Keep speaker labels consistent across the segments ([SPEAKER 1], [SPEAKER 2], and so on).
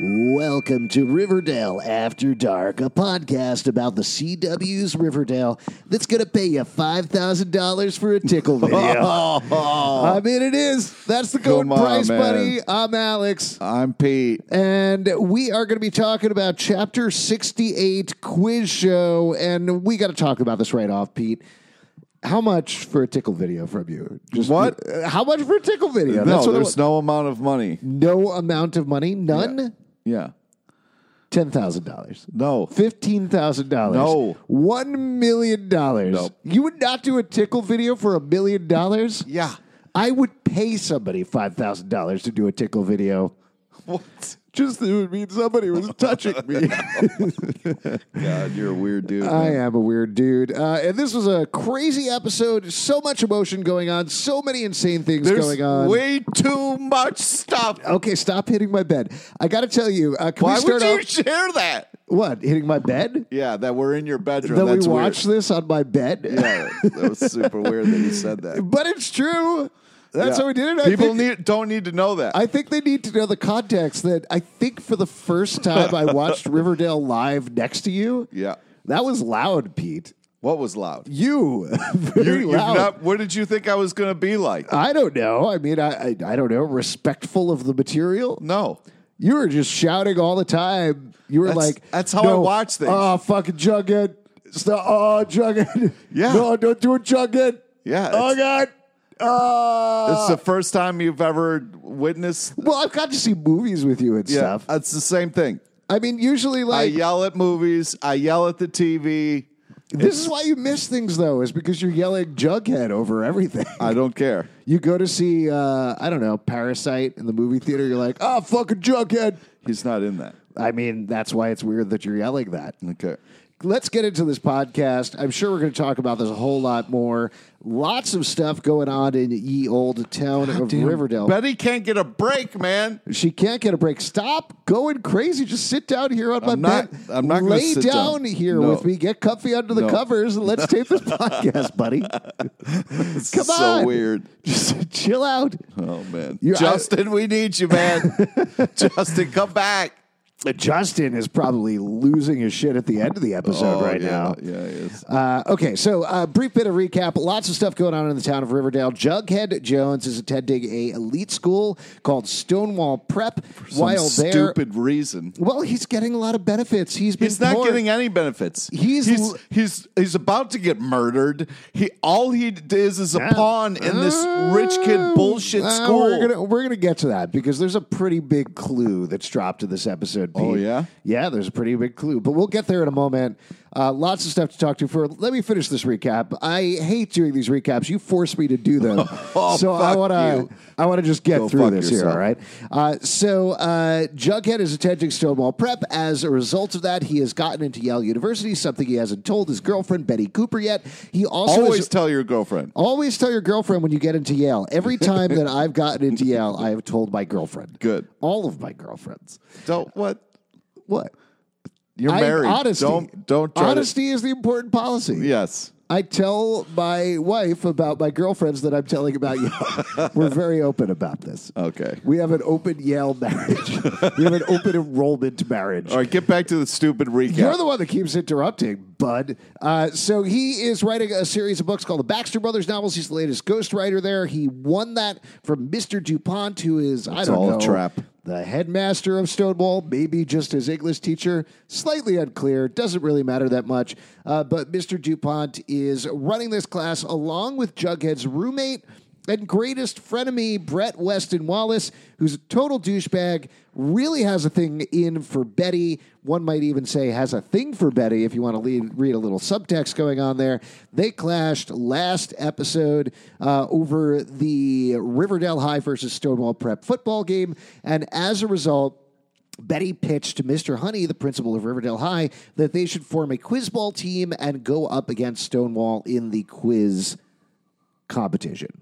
[SPEAKER 1] Welcome to Riverdale After Dark, a podcast about the CW's Riverdale that's going to pay you $5,000 for a tickle video.
[SPEAKER 2] Uh,
[SPEAKER 1] I mean, it is. That's the going
[SPEAKER 2] Come on,
[SPEAKER 1] price,
[SPEAKER 2] man.
[SPEAKER 1] buddy. I'm Alex.
[SPEAKER 2] I'm Pete.
[SPEAKER 1] And we are going to be talking about Chapter 68 Quiz Show. And we got to talk about this right off, Pete. How much for a tickle video from you? Just
[SPEAKER 2] What?
[SPEAKER 1] uh, How much for a tickle video?
[SPEAKER 2] no,
[SPEAKER 1] I
[SPEAKER 2] there's no amount of money.
[SPEAKER 1] want. no amount of money. None.
[SPEAKER 2] Yeah.
[SPEAKER 1] Ten thousand dollars.
[SPEAKER 2] No.
[SPEAKER 1] Fifteen thousand dollars.
[SPEAKER 2] No.
[SPEAKER 1] One million dollars.
[SPEAKER 2] Nope.
[SPEAKER 1] You would not do a tickle video for a million dollars?
[SPEAKER 2] Yeah.
[SPEAKER 1] I would pay somebody five thousand dollars to do a tickle video.
[SPEAKER 2] What?
[SPEAKER 1] Just it would mean somebody was touching me.
[SPEAKER 2] God, you're a weird dude.
[SPEAKER 1] I
[SPEAKER 2] man.
[SPEAKER 1] am a weird dude. Uh, and this was a crazy episode. So much emotion going on. So many insane things
[SPEAKER 2] There's
[SPEAKER 1] going on.
[SPEAKER 2] way too much stuff.
[SPEAKER 1] okay, stop hitting my bed. I got to tell you. Uh, can
[SPEAKER 2] Why
[SPEAKER 1] we start
[SPEAKER 2] would you
[SPEAKER 1] off-
[SPEAKER 2] share that?
[SPEAKER 1] what hitting my bed?
[SPEAKER 2] Yeah, that we're in your bedroom.
[SPEAKER 1] That we
[SPEAKER 2] That's
[SPEAKER 1] watched this on my bed.
[SPEAKER 2] weird. Yeah, that was super weird that you said that.
[SPEAKER 1] But it's true. That's
[SPEAKER 2] Yeah.
[SPEAKER 1] how we did it. I
[SPEAKER 2] People
[SPEAKER 1] think,
[SPEAKER 2] need don't need to know that.
[SPEAKER 1] I think they need to know the context that I think for the first time I watched Riverdale live next to you.
[SPEAKER 2] yeah.
[SPEAKER 1] That was loud, Pete.
[SPEAKER 2] What was loud?
[SPEAKER 1] You very
[SPEAKER 2] you've
[SPEAKER 1] loud. Uh,
[SPEAKER 2] not- what did you think I was going to be like?
[SPEAKER 1] I don't know. I mean, I, I I don't know. Respectful of the material.
[SPEAKER 2] no.
[SPEAKER 1] You were just shouting all the time. You were
[SPEAKER 2] That's-
[SPEAKER 1] like,
[SPEAKER 2] that's how I
[SPEAKER 1] no,
[SPEAKER 2] watch things.
[SPEAKER 1] Oh, fucking Jughead! Stop! Oh, Jughead!
[SPEAKER 2] Yeah.
[SPEAKER 1] No, don't do it, Jughead!
[SPEAKER 2] Yeah,
[SPEAKER 1] Oh
[SPEAKER 2] it's-
[SPEAKER 1] God! Oh.
[SPEAKER 2] It's the first time you've ever witnessed
[SPEAKER 1] Well, I've got to see movies with you and
[SPEAKER 2] yeah,
[SPEAKER 1] stuff.
[SPEAKER 2] It's the same thing.
[SPEAKER 1] I mean, usually,
[SPEAKER 2] I
[SPEAKER 1] like
[SPEAKER 2] yell at movies. I yell at the TV.
[SPEAKER 1] this is why you miss things, though, is because you're yelling Jughead over everything.
[SPEAKER 2] I don't care.
[SPEAKER 1] you go to see, uh, I don't know, Parasite in the movie theater. You're like, ah, fucking Jughead.
[SPEAKER 2] He's not in that.
[SPEAKER 1] I mean, that's why it's weird that you're yelling that.
[SPEAKER 2] Okay.
[SPEAKER 1] Let's get into this podcast. I'm sure we're going to talk about this a whole lot more. Lots of stuff going on in ye old town of Riverdale.
[SPEAKER 2] Betty can't get a break, man.
[SPEAKER 1] She can't get a break. Stop going crazy. Just sit down here on
[SPEAKER 2] I'm
[SPEAKER 1] my
[SPEAKER 2] not-
[SPEAKER 1] bed.
[SPEAKER 2] I'm not gonna
[SPEAKER 1] Lay
[SPEAKER 2] sit
[SPEAKER 1] down,
[SPEAKER 2] down.
[SPEAKER 1] here
[SPEAKER 2] No.
[SPEAKER 1] with me. Get comfy under the
[SPEAKER 2] No.
[SPEAKER 1] covers and let's tape this podcast, buddy.
[SPEAKER 2] This
[SPEAKER 1] Come
[SPEAKER 2] is
[SPEAKER 1] on.
[SPEAKER 2] So weird.
[SPEAKER 1] Just chill out.
[SPEAKER 2] Oh man,
[SPEAKER 1] You- I-
[SPEAKER 2] Justin, we need you, man. Justin, come back.
[SPEAKER 1] Justin is probably losing his shit at the end of the episode
[SPEAKER 2] Oh,
[SPEAKER 1] right
[SPEAKER 2] yeah,
[SPEAKER 1] now.
[SPEAKER 2] Yeah, yes.
[SPEAKER 1] Uh, okay, so a brief bit of recap. Lots of stuff going on in the town of Riverdale. Jughead Jones is attending a elite school called Stonewall Prep. While
[SPEAKER 2] Some
[SPEAKER 1] there,
[SPEAKER 2] stupid reason.
[SPEAKER 1] well, he's getting a lot of benefits. He's been
[SPEAKER 2] He's not
[SPEAKER 1] poor.
[SPEAKER 2] getting any benefits.
[SPEAKER 1] He's
[SPEAKER 2] he's
[SPEAKER 1] l-
[SPEAKER 2] he's, he's about to get murdered. He all he d- is is a
[SPEAKER 1] Yeah.
[SPEAKER 2] pawn in this
[SPEAKER 1] Uh,
[SPEAKER 2] rich kid bullshit
[SPEAKER 1] uh,
[SPEAKER 2] school.
[SPEAKER 1] We're gonna we're gonna get to that because there's a pretty big clue that's dropped to this episode. Pete.
[SPEAKER 2] Oh, yeah?
[SPEAKER 1] yeah. There's a pretty big clue, but we'll get there in a moment. Uh, lots of stuff to talk to. For let me finish this recap. I hate doing these recaps. You force me to do them,
[SPEAKER 2] Oh,
[SPEAKER 1] so I
[SPEAKER 2] fuck
[SPEAKER 1] wanna
[SPEAKER 2] you.
[SPEAKER 1] I wanna just get
[SPEAKER 2] Go
[SPEAKER 1] through
[SPEAKER 2] fuck
[SPEAKER 1] this here.
[SPEAKER 2] yourself.
[SPEAKER 1] All right. Uh, so uh, Jughead is attending Stonewall Prep. As a result of that, he has gotten into Yale University, something he hasn't told his girlfriend Betty Cooper yet. He also is-
[SPEAKER 2] Always tell your girlfriend.
[SPEAKER 1] Always tell your girlfriend when you get into Yale. Every time that I've gotten into Yale, I have told my girlfriend.
[SPEAKER 2] Good.
[SPEAKER 1] All of my girlfriends.
[SPEAKER 2] Don't what?
[SPEAKER 1] What?
[SPEAKER 2] You're
[SPEAKER 1] I-
[SPEAKER 2] married.
[SPEAKER 1] honesty.
[SPEAKER 2] Don't don't try to-
[SPEAKER 1] honesty is the important policy.
[SPEAKER 2] Yes.
[SPEAKER 1] I tell my wife about my girlfriends that I'm telling about Yale. We're very open about this.
[SPEAKER 2] Okay.
[SPEAKER 1] We have an open Yale marriage. we have an open enrollment marriage.
[SPEAKER 2] All right, get back to the stupid recap.
[SPEAKER 1] You're the one that keeps interrupting, bud. Uh, so he is writing a series of books called the Baxter Brothers novels. He's the latest ghostwriter there. He won that from Mr. DuPont, who is, I don't
[SPEAKER 2] all a
[SPEAKER 1] know,
[SPEAKER 2] trap.
[SPEAKER 1] the headmaster of Stonewall, maybe just his English teacher. Slightly unclear. Doesn't really matter that much. Uh, but Mr. DuPont is running this class along with Jughead's roommate and greatest frenemy Brett Weston Wallace, who's a total douchebag, really has a thing in for Betty. One might even say has a thing for Betty if you want to lead, read a little subtext going on there. They clashed last episode uh, over the Riverdale High versus Stonewall Prep football game, and as a result, Betty pitched to Mr. Honey, the principal of Riverdale High, that they should form a quiz ball team and go up against Stonewall in the quiz competition.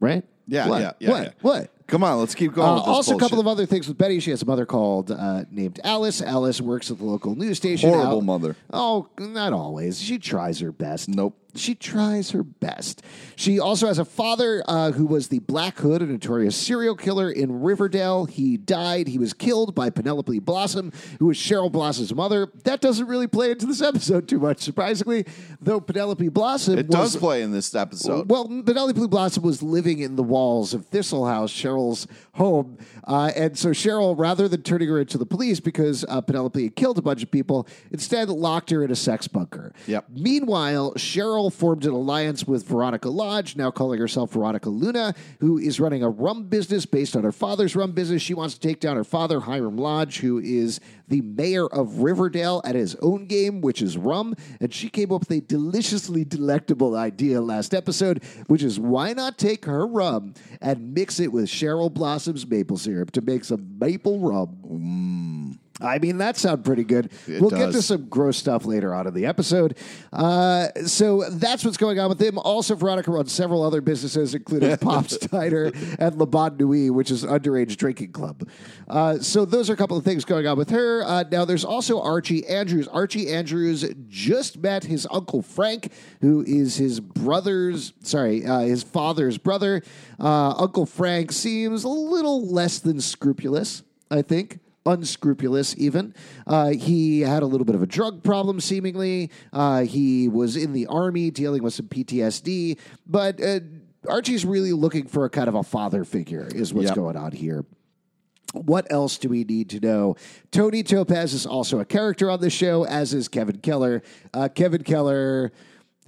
[SPEAKER 1] Right?
[SPEAKER 2] Yeah,
[SPEAKER 1] What?
[SPEAKER 2] yeah, yeah,
[SPEAKER 1] What?
[SPEAKER 2] yeah.
[SPEAKER 1] What?
[SPEAKER 2] Come on, let's keep going.
[SPEAKER 1] Uh,
[SPEAKER 2] with this
[SPEAKER 1] also, a couple
[SPEAKER 2] bullshit.
[SPEAKER 1] of other things with Betty. She has a mother called uh, named Alice. Alice works at the local news station.
[SPEAKER 2] Horrible
[SPEAKER 1] Al-
[SPEAKER 2] mother.
[SPEAKER 1] Oh, not always. She tries her best.
[SPEAKER 2] Nope.
[SPEAKER 1] She tries her best. She also has a father uh, who was the Black Hood, a notorious serial killer in Riverdale. He died. He was killed by Penelope Blossom, who was Cheryl Blossom's mother. That doesn't really play into this episode too much, surprisingly, though Penelope Blossom
[SPEAKER 2] It
[SPEAKER 1] was
[SPEAKER 2] does play in this episode.
[SPEAKER 1] well, Penelope Blue Blossom was living in the walls of Thistle House, Cheryl's home. Uh, and so Cheryl, rather than turning her into the police because uh, Penelope had killed a bunch of people, instead locked her in a sex bunker.
[SPEAKER 2] Yep.
[SPEAKER 1] Meanwhile, Cheryl formed an alliance with Veronica Lodge, now calling herself Veronica Luna, who is running a rum business based on her father's rum business. She wants to take down her father, Hiram Lodge, who is the mayor of Riverdale at his own game, which is rum. And she came up with a deliciously delectable idea last episode, which is why not take her rum and mix it with Cheryl Blossom's maple syrup to make some maple rum? I mean, that sounds pretty good. we'll get to
[SPEAKER 2] does.
[SPEAKER 1] some gross stuff later on in the episode. Uh, so that's what's going on with him. Also, Veronica runs several other businesses, including Pop's Diner and Le Bon Nuit, which is underage drinking club. Uh, so those are a couple of things going on with her. Uh, now, there's also Archie Andrews. Archie Andrews just met his uncle Frank, who is his brother's, sorry, uh, his father's brother. Uh, uncle Frank seems a little less than scrupulous, I think unscrupulous even uh, he had a little bit of a drug problem seemingly uh, he was in the army dealing with some ptsd but uh, archie's really looking for a kind of a father figure is what's
[SPEAKER 2] Yep.
[SPEAKER 1] going on here what else do we need to know? Tony Topaz is also a character on the show, as is Kevin Keller. Uh, Kevin Keller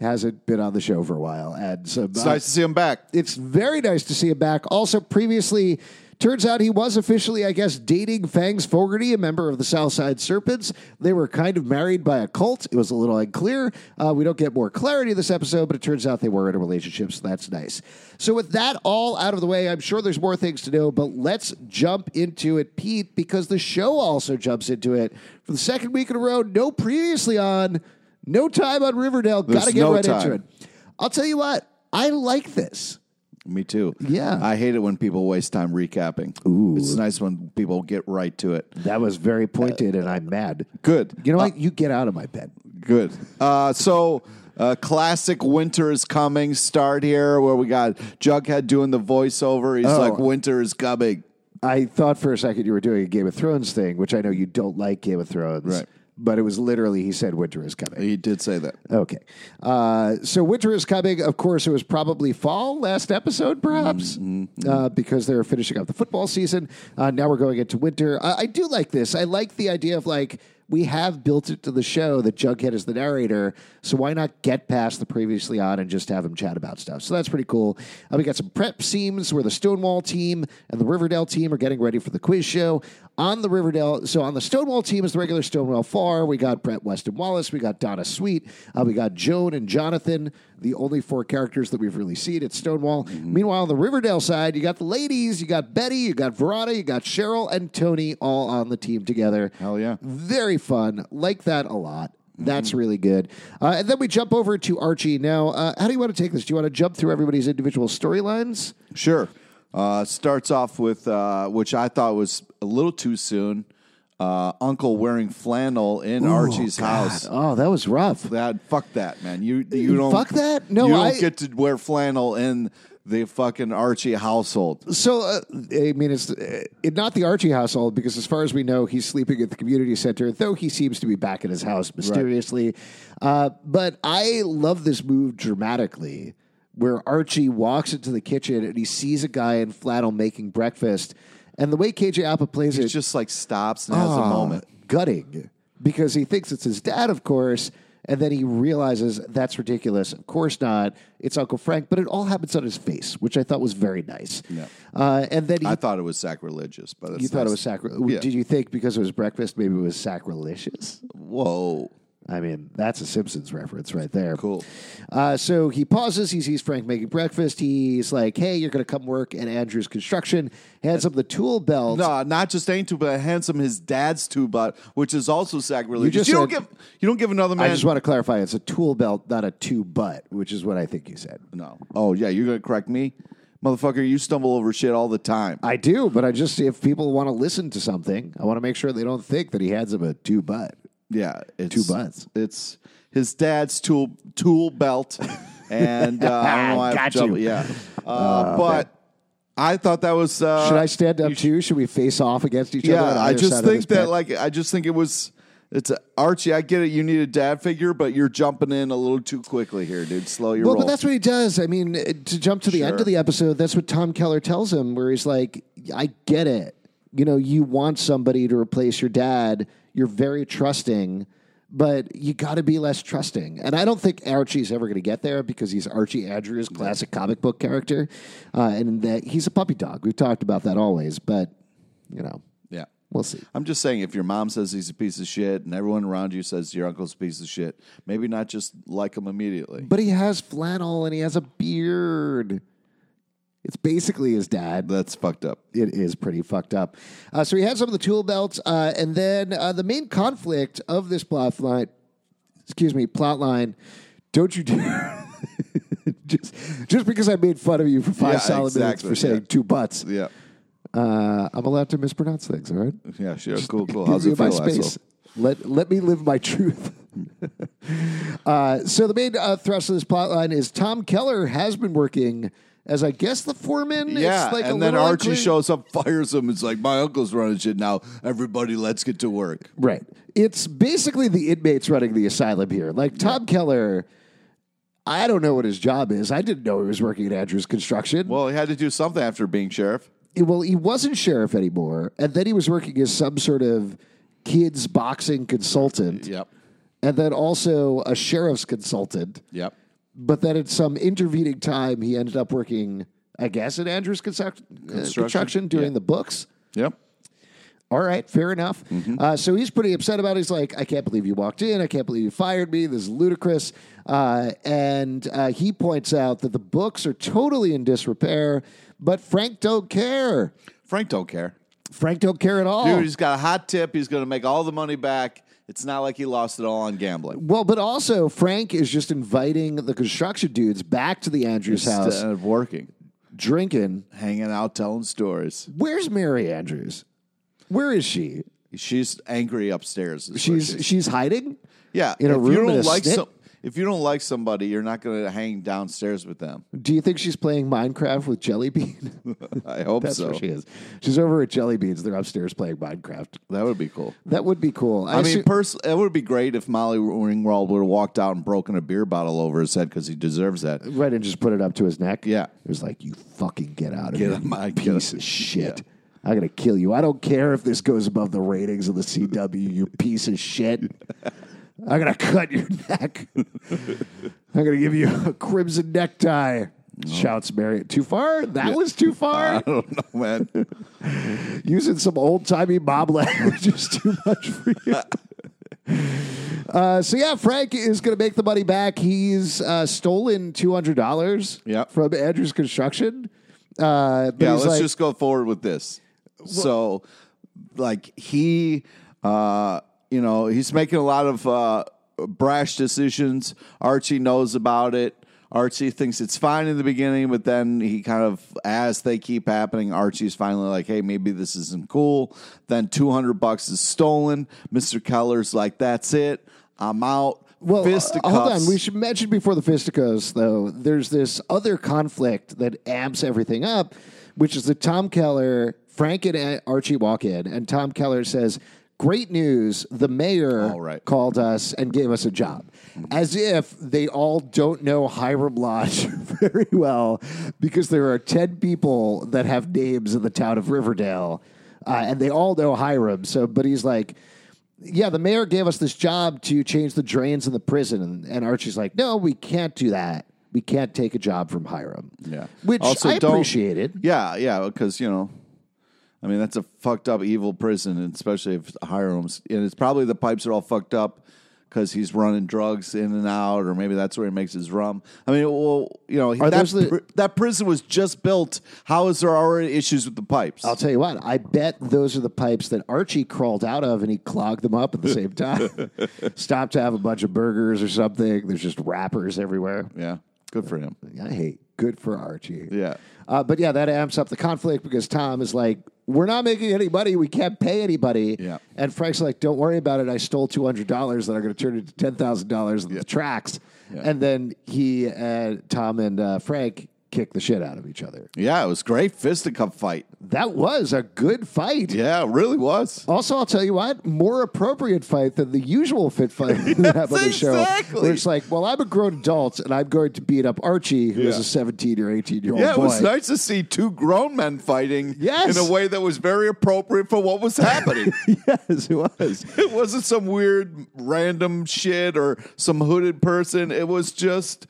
[SPEAKER 1] hasn't been on the show for a while, and some
[SPEAKER 2] it's
[SPEAKER 1] uh,
[SPEAKER 2] nice to see him back.
[SPEAKER 1] it's very nice to see him back. Also, previously, turns out he was officially, I guess, dating Fangs Fogarty, a member of the Southside Serpents. They were kind of married by a cult. It was a little unclear. Uh, we don't get more clarity this episode, but it turns out they were in a relationship, so that's nice. So, with that all out of the way, I'm sure there's more things to know, but let's jump into it, Pete, because the show also jumps into it for the second week in a row. No previously on, no time on Riverdale.
[SPEAKER 2] There's
[SPEAKER 1] Gotta get
[SPEAKER 2] no
[SPEAKER 1] right into
[SPEAKER 2] time.
[SPEAKER 1] it. I'll tell you what, I like this.
[SPEAKER 2] Me too.
[SPEAKER 1] Yeah.
[SPEAKER 2] I hate it when people waste time recapping. It's nice when people get right to it.
[SPEAKER 1] That was very pointed, and I'm mad.
[SPEAKER 2] Good.
[SPEAKER 1] Uh, You know what? You get out of my bed.
[SPEAKER 2] Good. Uh, so, uh, classic winter is coming start here where we got Jughead doing the voiceover. He's
[SPEAKER 1] Oh.
[SPEAKER 2] like, winter is coming.
[SPEAKER 1] I thought for a second you were doing a Game of Thrones thing, which I know you don't like Game of Thrones.
[SPEAKER 2] Right.
[SPEAKER 1] But it was literally he said winter is coming.
[SPEAKER 2] He did say that.
[SPEAKER 1] Okay. Uh, so winter is coming. Of course, it was probably fall last episode, perhaps, uh, because they were finishing up the football season. Uh, now we're going into winter. I, I do like this. I like the idea of like we have built into the show that Jughead is the narrator, so why not get past the previously on and just have him chat about stuff? So that's pretty cool. Uh, we got some prep scenes where the Stonewall team and the Riverdale team are getting ready for the quiz show on the Riverdale. So on the Stonewall team is the regular Stonewall Far. We got Brett Weston Wallace. We got Donna Sweet. Uh, we got Joan and Jonathan, the only four characters that we've really seen at Stonewall.
[SPEAKER 2] Mm-hmm.
[SPEAKER 1] Meanwhile, on the Riverdale side, you got the ladies, you got Betty, you got Verona, you got Cheryl and Tony all on the team together.
[SPEAKER 2] Hell yeah. Mm-hmm.
[SPEAKER 1] Very fun. Like that a lot. That's really good. Uh, and then we jump over to Archie. Now, uh, how do you want to take this? Do you want to jump through everybody's individual storylines?
[SPEAKER 2] Sure. Uh, starts off with, uh, which I thought was a little too soon, uh, Uncle wearing flannel in Archie's house.
[SPEAKER 1] Oh, that was rough.
[SPEAKER 2] That fuck that man. You you don't
[SPEAKER 1] Fuck that? No,
[SPEAKER 2] you don't
[SPEAKER 1] I-
[SPEAKER 2] get to wear flannel in the fucking Archie household.
[SPEAKER 1] So, uh, I mean, it's uh, it, not the Archie household because, as far as we know, he's sleeping at the community center, though he seems to be back at his house mysteriously. Uh, but I love this move dramatically where Archie walks into the kitchen and he sees a guy in flannel making breakfast. And the way KJ Appa plays it,
[SPEAKER 2] It just like stops and has a
[SPEAKER 1] Ah,
[SPEAKER 2] moment.
[SPEAKER 1] Gutting because he thinks it's his dad, of course. And then he realizes that's ridiculous. Of course not. It's Uncle Frank, but it all happens on his face, which I thought was very nice. Uh, and then he,
[SPEAKER 2] I thought it was sacrilegious, but it's
[SPEAKER 1] you thought
[SPEAKER 2] nice.
[SPEAKER 1] it was sacri-
[SPEAKER 2] Yeah.
[SPEAKER 1] Did you think because it was breakfast, maybe it was sacrilegious?
[SPEAKER 2] Whoa.
[SPEAKER 1] I mean, that's a Simpsons reference right there.
[SPEAKER 2] Cool.
[SPEAKER 1] Uh, so he pauses. He sees Frank making breakfast. He's like, "Hey, you're going to come work at Andrew's construction." Hands up the tool belt.
[SPEAKER 2] No, not just ain't too, but handsome his dad's too, but which is also sacrilegious. You,
[SPEAKER 1] just
[SPEAKER 2] don't
[SPEAKER 1] said-
[SPEAKER 2] give you don't give another
[SPEAKER 1] I
[SPEAKER 2] man.
[SPEAKER 1] just want to clarify: it's a tool belt, not a two butt, which is what I think you said.
[SPEAKER 2] no. Oh yeah, you're gonna correct me, motherfucker. You stumble over shit all the time.
[SPEAKER 1] I do, but I just if people want to listen to something, I want to make sure they don't think that he hands him a two butt.
[SPEAKER 2] Yeah, it's,
[SPEAKER 1] Two butts.
[SPEAKER 2] It's his dad's tool tool belt, and uh, I don't know why I have
[SPEAKER 1] Got
[SPEAKER 2] trouble.
[SPEAKER 1] you.
[SPEAKER 2] Yeah, uh, but I thought that was. Uh,
[SPEAKER 1] Should I stand up too? Should we face off against each other? on
[SPEAKER 2] Yeah, I
[SPEAKER 1] either side
[SPEAKER 2] just
[SPEAKER 1] of this
[SPEAKER 2] think that
[SPEAKER 1] bed?
[SPEAKER 2] like I just think it was. It's a, Archie. I get it. You need a dad figure, but you're jumping in a little too quickly here, dude. Slow your
[SPEAKER 1] Well,
[SPEAKER 2] roll.
[SPEAKER 1] but that's what he does. I mean, uh, to jump to the end
[SPEAKER 2] Sure.
[SPEAKER 1] of the episode, that's what Tom Keller tells him, where he's like, I get it. You know, you want somebody to replace your dad. You're very trusting, but you got to be less trusting. And I don't think Archie's ever going to get there because he's Archie Andrews, classic comic book character. Uh, and that he's a puppy dog. We've talked about that always, but, you know,
[SPEAKER 2] yeah.
[SPEAKER 1] we'll see.
[SPEAKER 2] I'm just saying, if your mom says he's a piece of shit, and everyone around you says your uncle's a piece of shit, maybe not just like him immediately.
[SPEAKER 1] But he has flannel and he has a beard. It's basically his dad.
[SPEAKER 2] That's fucked up.
[SPEAKER 1] it is pretty fucked up. Uh, so he had some of the tool belts, uh, and then uh, the main conflict of this plot line, excuse me, plot line. Don't you dare. just, just because I made fun of you for five
[SPEAKER 2] Yeah,
[SPEAKER 1] solid minutes
[SPEAKER 2] exactly,
[SPEAKER 1] for saying
[SPEAKER 2] yeah.
[SPEAKER 1] two butts,
[SPEAKER 2] Yeah.
[SPEAKER 1] uh, I'm allowed to mispronounce things. All right,
[SPEAKER 2] Yeah. Sure. Cool. Cool.
[SPEAKER 1] Give
[SPEAKER 2] How's
[SPEAKER 1] me
[SPEAKER 2] it feel?
[SPEAKER 1] my space.
[SPEAKER 2] asshole?
[SPEAKER 1] Let let me live my truth. uh, so the main uh, thrust of this plot line is Tom Keller has been working as I guess the foreman.
[SPEAKER 2] Yeah,
[SPEAKER 1] it's like a
[SPEAKER 2] and then
[SPEAKER 1] little
[SPEAKER 2] Archie
[SPEAKER 1] unclear-
[SPEAKER 2] shows up, fires him. It's like my uncle's running shit now. Everybody, let's get to work.
[SPEAKER 1] Right. It's basically the inmates running the asylum here. Like Tom Keller, I don't know what his job is. I didn't know he was working at Andrews Construction. Well,
[SPEAKER 2] Well, he had to do something after being sheriff.
[SPEAKER 1] well he wasn't sheriff anymore, and then he was working as some sort of kids boxing consultant,
[SPEAKER 2] Yep,
[SPEAKER 1] and then also a sheriff's consultant.
[SPEAKER 2] yep.
[SPEAKER 1] But then at some intervening time, he ended up working, I guess, at Andrews Construct- uh, construction, doing
[SPEAKER 2] yeah.
[SPEAKER 1] the books.
[SPEAKER 2] Yep.
[SPEAKER 1] All right, fair enough. Uh, so he's pretty upset about it. He's like, I can't believe you walked in. I can't believe you fired me. This is ludicrous. Uh, and uh, he points out that the books are totally in disrepair, but Frank don't care.
[SPEAKER 2] Frank don't care.
[SPEAKER 1] Frank don't care at all.
[SPEAKER 2] Dude, he's got a hot tip. He's going to make all the money back. It's not like he lost it all on gambling.
[SPEAKER 1] well, but also Frank is just inviting the construction dudes back to the Andrews house,
[SPEAKER 2] Instead of working,
[SPEAKER 1] drinking.
[SPEAKER 2] hanging out, telling stories.
[SPEAKER 1] Where's Mary Andrews? Where is she?
[SPEAKER 2] She's angry upstairs. is what
[SPEAKER 1] She's
[SPEAKER 2] she-
[SPEAKER 1] she's hiding.
[SPEAKER 2] yeah.
[SPEAKER 1] in a
[SPEAKER 2] if
[SPEAKER 1] room
[SPEAKER 2] you
[SPEAKER 1] in
[SPEAKER 2] don't
[SPEAKER 1] a
[SPEAKER 2] like
[SPEAKER 1] stick?
[SPEAKER 2] some, if you don't like somebody, you're not going to hang downstairs with them.
[SPEAKER 1] Do you think she's playing Minecraft with Jelly Bean?
[SPEAKER 2] I hope
[SPEAKER 1] That's
[SPEAKER 2] so.
[SPEAKER 1] where she is. She's over at Jelly Beans. They're upstairs playing Minecraft.
[SPEAKER 2] That would be cool.
[SPEAKER 1] That would be cool.
[SPEAKER 2] I mean,
[SPEAKER 1] assu-
[SPEAKER 2] pers- it would be great if Molly Ringwald would have walked out and broken a beer bottle over his head because he deserves that.
[SPEAKER 1] right, and just put it up to his neck.
[SPEAKER 2] Yeah.
[SPEAKER 1] it was like you fucking get out of
[SPEAKER 2] Get
[SPEAKER 1] here,
[SPEAKER 2] out
[SPEAKER 1] you
[SPEAKER 2] my- get
[SPEAKER 1] piece
[SPEAKER 2] out-
[SPEAKER 1] of shit. I'm gonna kill you. I don't care if this goes above the ratings of the CW. You piece of shit. I'm gonna cut your neck. I'm gonna give you a crimson necktie.
[SPEAKER 2] Oh.
[SPEAKER 1] Shouts Marriott. Too far? That was too far.
[SPEAKER 2] I don't know, man.
[SPEAKER 1] using some old timey mob language is too much for you. Uh, so yeah, Frank is going to make the money back. He's uh, stolen two hundred dollars
[SPEAKER 2] Yep.
[SPEAKER 1] from Andrews Construction. Uh, but
[SPEAKER 2] yeah,
[SPEAKER 1] he's
[SPEAKER 2] let's
[SPEAKER 1] like,
[SPEAKER 2] just go forward with this. so, like he, uh, you know, he's making a lot of uh, brash decisions. Archie knows about it. Archie thinks it's fine in the beginning, but then he kind of, as they keep happening, Archie's finally like, "Hey, maybe this isn't cool." Then two hundred bucks is stolen. Mister Keller's like, "That's it, I'm out."
[SPEAKER 1] well, uh,
[SPEAKER 2] Fisticuffs.
[SPEAKER 1] hold on. We should mention before the fisticuffs, though. There's this other conflict that amps everything up, which is that Tom Keller, Frank, and uh, Archie walk in, and Tom Keller says. Great news! The mayor
[SPEAKER 2] All right.
[SPEAKER 1] called us and gave us a job. As if they all don't know Hiram Lodge very well, because there are 10 people that have names in the town of Riverdale, uh, and they all know Hiram. So, but he's like, yeah, the mayor gave us this job to change the drains in the prison, and, and Archie's like, no, we can't do that. We can't take a job from Hiram.
[SPEAKER 2] Yeah.
[SPEAKER 1] which
[SPEAKER 2] Also,
[SPEAKER 1] I
[SPEAKER 2] don't-
[SPEAKER 1] appreciated.
[SPEAKER 2] Yeah, yeah, because you know, I mean that's a fucked up evil prison, and especially if Hiram's and it's probably the pipes are all fucked up because he's running drugs in and out, or maybe that's where he makes his rum. I mean, well, you know,
[SPEAKER 1] Are
[SPEAKER 2] that
[SPEAKER 1] those the-
[SPEAKER 2] pri- that prison was just built. How is there already issues with the pipes?
[SPEAKER 1] I'll tell you what, I bet those are the pipes that Archie crawled out of and he clogged them up at the same time. Stopped to have a bunch of burgers or something. There's just wrappers everywhere.
[SPEAKER 2] yeah, good for him.
[SPEAKER 1] I hate. Good for Archie.
[SPEAKER 2] Yeah.
[SPEAKER 1] Uh, but yeah, that amps up the conflict because Tom is like, we're not making any money. We can't pay anybody.
[SPEAKER 2] Yeah.
[SPEAKER 1] And Frank's like, don't worry about it. I stole $200 that I'm going to turn into $10,000 in the tracks.
[SPEAKER 2] Yeah.
[SPEAKER 1] And then he, uh, Tom and uh, Frank kick the shit out of each other.
[SPEAKER 2] Yeah, it was great fisticuff fight.
[SPEAKER 1] That was a good fight.
[SPEAKER 2] Yeah, it really was.
[SPEAKER 1] Also, I'll tell you what, more appropriate fight than the usual fit fight that have on the show.
[SPEAKER 2] exactly.
[SPEAKER 1] Where it's like, well, I'm a grown adult and I'm going to beat up Archie, who is
[SPEAKER 2] Yeah.
[SPEAKER 1] a 17 or 18 year old
[SPEAKER 2] Yeah, it
[SPEAKER 1] boy.
[SPEAKER 2] was nice to see two grown men fighting
[SPEAKER 1] Yes.
[SPEAKER 2] in a way that was very appropriate for what was happening.
[SPEAKER 1] yes, it was.
[SPEAKER 2] it wasn't some weird random shit or some hooded person. It was just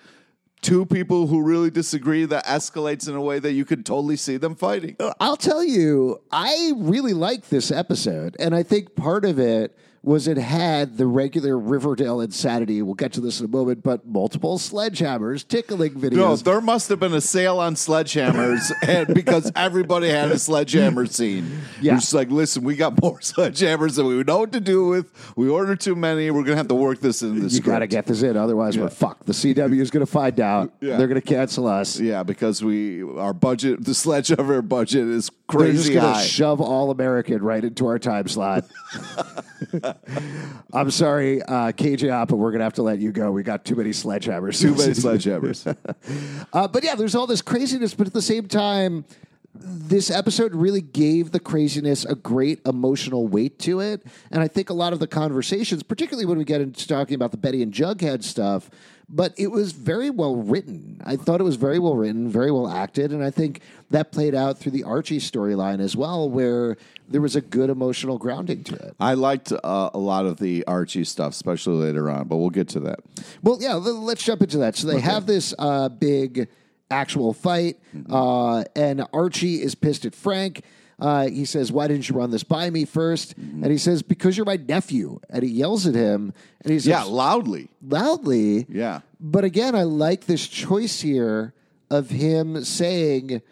[SPEAKER 2] two people who really disagree that escalates in a way that you could totally see them fighting.
[SPEAKER 1] I'll tell you, I really liked this episode, and I think part of it was it had the regular Riverdale insanity. We'll get to this in a moment, but multiple sledgehammers, tickling
[SPEAKER 2] No,
[SPEAKER 1] videos.
[SPEAKER 2] there must have been a sale on sledgehammers, and because everybody had a sledgehammer scene,
[SPEAKER 1] Yeah.
[SPEAKER 2] yeah. it's like, listen, we got more sledgehammers than we know what to do with. We ordered too many. We're gonna have to work this in this.
[SPEAKER 1] you got to get this in, otherwise we're fucked. The CW is going to find out.
[SPEAKER 2] Yeah.
[SPEAKER 1] They're going to cancel us.
[SPEAKER 2] Yeah, because we our budget, the sledgehammer budget is
[SPEAKER 1] They're just
[SPEAKER 2] crazy
[SPEAKER 1] going
[SPEAKER 2] high.
[SPEAKER 1] to shove All American right into our time slot. I'm sorry, uh, KJ Oppa, we're going to have to let you go. We got too many sledgehammers.
[SPEAKER 2] Too many sledgehammers.
[SPEAKER 1] Uh, but yeah, there's all this craziness, but at the same time, this episode really gave the craziness a great emotional weight to it. And I think a lot of the conversations, particularly when we get into talking about the Betty and Jughead stuff, but it was very well written. I thought it was very well written, very well acted. And I think that played out through the Archie storyline as well, where there was a good emotional grounding to it.
[SPEAKER 2] I liked uh, a lot of the Archie stuff, especially later on, but we'll get to that.
[SPEAKER 1] Well, yeah, l- let's jump into that. So they have this uh, big actual fight, uh, and Archie is pissed at Frank. Uh, he says, "Why didn't you run this by me 1st And he says, "Because you're my nephew." And he yells at him, and he's
[SPEAKER 2] Yeah,
[SPEAKER 1] ups-
[SPEAKER 2] loudly.
[SPEAKER 1] loudly.
[SPEAKER 2] Yeah.
[SPEAKER 1] But again, I like this choice here of him saying,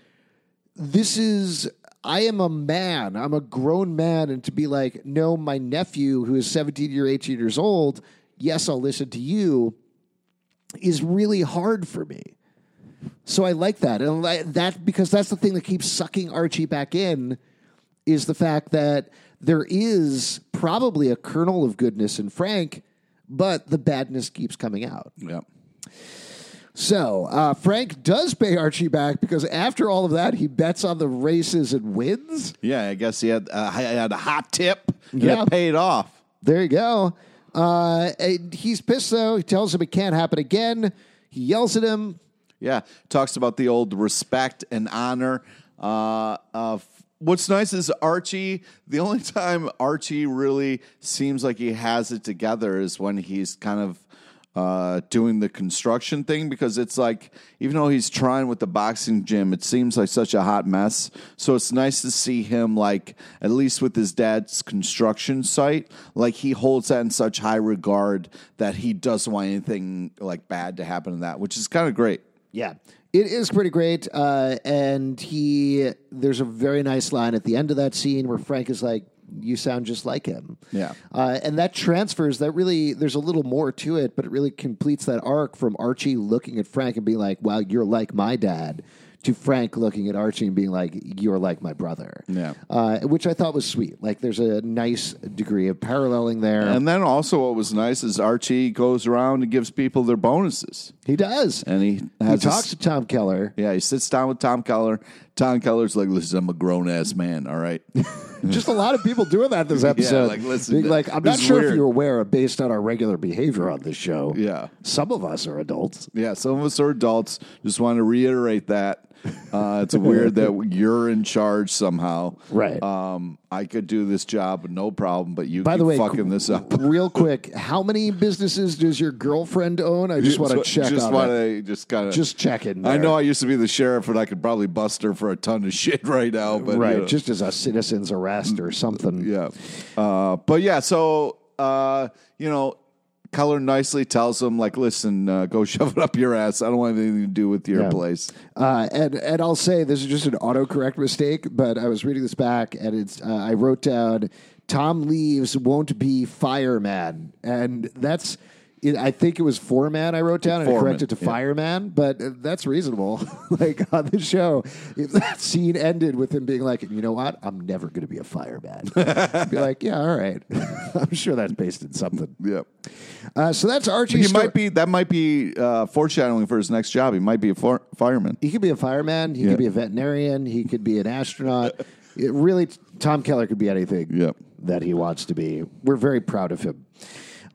[SPEAKER 1] This is, I am a man. I'm a grown man. And to be like, No, my nephew who is 17 or 18 years old, yes, I'll listen to you, is really hard for me. So I like that. And li- that, because that's the thing that keeps sucking Archie back in is the fact that there is probably a kernel of goodness in Frank, but the badness keeps coming out.
[SPEAKER 2] Yeah.
[SPEAKER 1] So uh, Frank does pay Archie back because after all of that, he bets on the races and wins.
[SPEAKER 2] Yeah, I guess he had, uh, I had a hot tip and
[SPEAKER 1] Yeah.
[SPEAKER 2] it paid off.
[SPEAKER 1] There you go. Uh, and he's pissed though. He tells him it can't happen again. He yells at him.
[SPEAKER 2] Yeah. Talks about the old respect and honor. Uh, uh, f- what's nice is Archie, the only time Archie really seems like he has it together is when he's kind of uh, doing the construction thing because it's like, even though he's trying with the boxing gym, it seems like such a hot mess. So it's nice to see him, like, at least with his dad's construction site, like, he holds that in such high regard that he doesn't want anything, like, bad to happen to that, which is kind of great.
[SPEAKER 1] Yeah, it is pretty great. Uh, and he, there's a very nice line at the end of that scene where Frank is like, "You sound just like him."
[SPEAKER 2] Yeah.
[SPEAKER 1] uh, and that transfers. That really, there's a little more to it, but it really completes that arc from Archie looking at Frank and being like, "Wow, you're like my dad." To Frank looking at Archie and being like, "You're like my brother,"
[SPEAKER 2] Yeah.
[SPEAKER 1] uh, which I thought was sweet. Like, there's a nice degree of paralleling there.
[SPEAKER 2] And then also, what was nice is Archie goes around and gives people their bonuses,
[SPEAKER 1] he does.
[SPEAKER 2] and he
[SPEAKER 1] He
[SPEAKER 2] has a s-
[SPEAKER 1] talks to Tom Keller.
[SPEAKER 2] yeah, he sits down with Tom Keller. Tom Keller's like, "Listen, I'm a grown ass man. All right,
[SPEAKER 1] just a lot of people doing that this episode.
[SPEAKER 2] Mm. like, listen,
[SPEAKER 1] Being like, I'm
[SPEAKER 2] this
[SPEAKER 1] not
[SPEAKER 2] is
[SPEAKER 1] sure if
[SPEAKER 2] weird.
[SPEAKER 1] you're aware, based on our regular behavior on this show,
[SPEAKER 2] Yeah.
[SPEAKER 1] some of us are adults.
[SPEAKER 2] yeah." Some of us are adults. Just want to reiterate that Uh, it's weird that you're in charge somehow.
[SPEAKER 1] Right.
[SPEAKER 2] Um, I could do this job no problem, but you
[SPEAKER 1] By
[SPEAKER 2] keep
[SPEAKER 1] the way,
[SPEAKER 2] fucking this up.
[SPEAKER 1] Real quick, how many businesses does your girlfriend own? I just want to check
[SPEAKER 2] Just
[SPEAKER 1] on
[SPEAKER 2] want
[SPEAKER 1] that.
[SPEAKER 2] to just kind of
[SPEAKER 1] Just check in.
[SPEAKER 2] I
[SPEAKER 1] there.
[SPEAKER 2] know I used to be the sheriff, and I could probably bust her for a ton of shit right now. But
[SPEAKER 1] right,
[SPEAKER 2] you know.
[SPEAKER 1] just as a citizen's arrest
[SPEAKER 2] Mm,
[SPEAKER 1] or something.
[SPEAKER 2] Yeah. Uh, but yeah, so, uh, you know, Keller nicely tells him, like, listen, uh, go shove it up your ass. I don't want anything to do with your
[SPEAKER 1] Yeah.
[SPEAKER 2] place.
[SPEAKER 1] Uh, and and I'll say this is just an autocorrect mistake, but I was reading this back and it's uh, I wrote down Tom Leaves won't be fireman, and that's it, I think it was foreman I wrote down and I
[SPEAKER 2] Foreman,
[SPEAKER 1] corrected to
[SPEAKER 2] yeah.
[SPEAKER 1] fireman, but uh, that's reasonable. like on the show, if that scene ended with him being like, you know what, I'm never going to be a fireman. be like, yeah, all right, I'm sure that's based in something.
[SPEAKER 2] Yeah.
[SPEAKER 1] Uh, so that's Archie.
[SPEAKER 2] He might be, that might be uh, foreshadowing for his next job. He might be a for- fireman.
[SPEAKER 1] He could be a fireman. He
[SPEAKER 2] Yeah.
[SPEAKER 1] could be a veterinarian. He could be an astronaut. It really, Tom Keller could be anything
[SPEAKER 2] Yeah.
[SPEAKER 1] that he wants to be. We're very proud of him.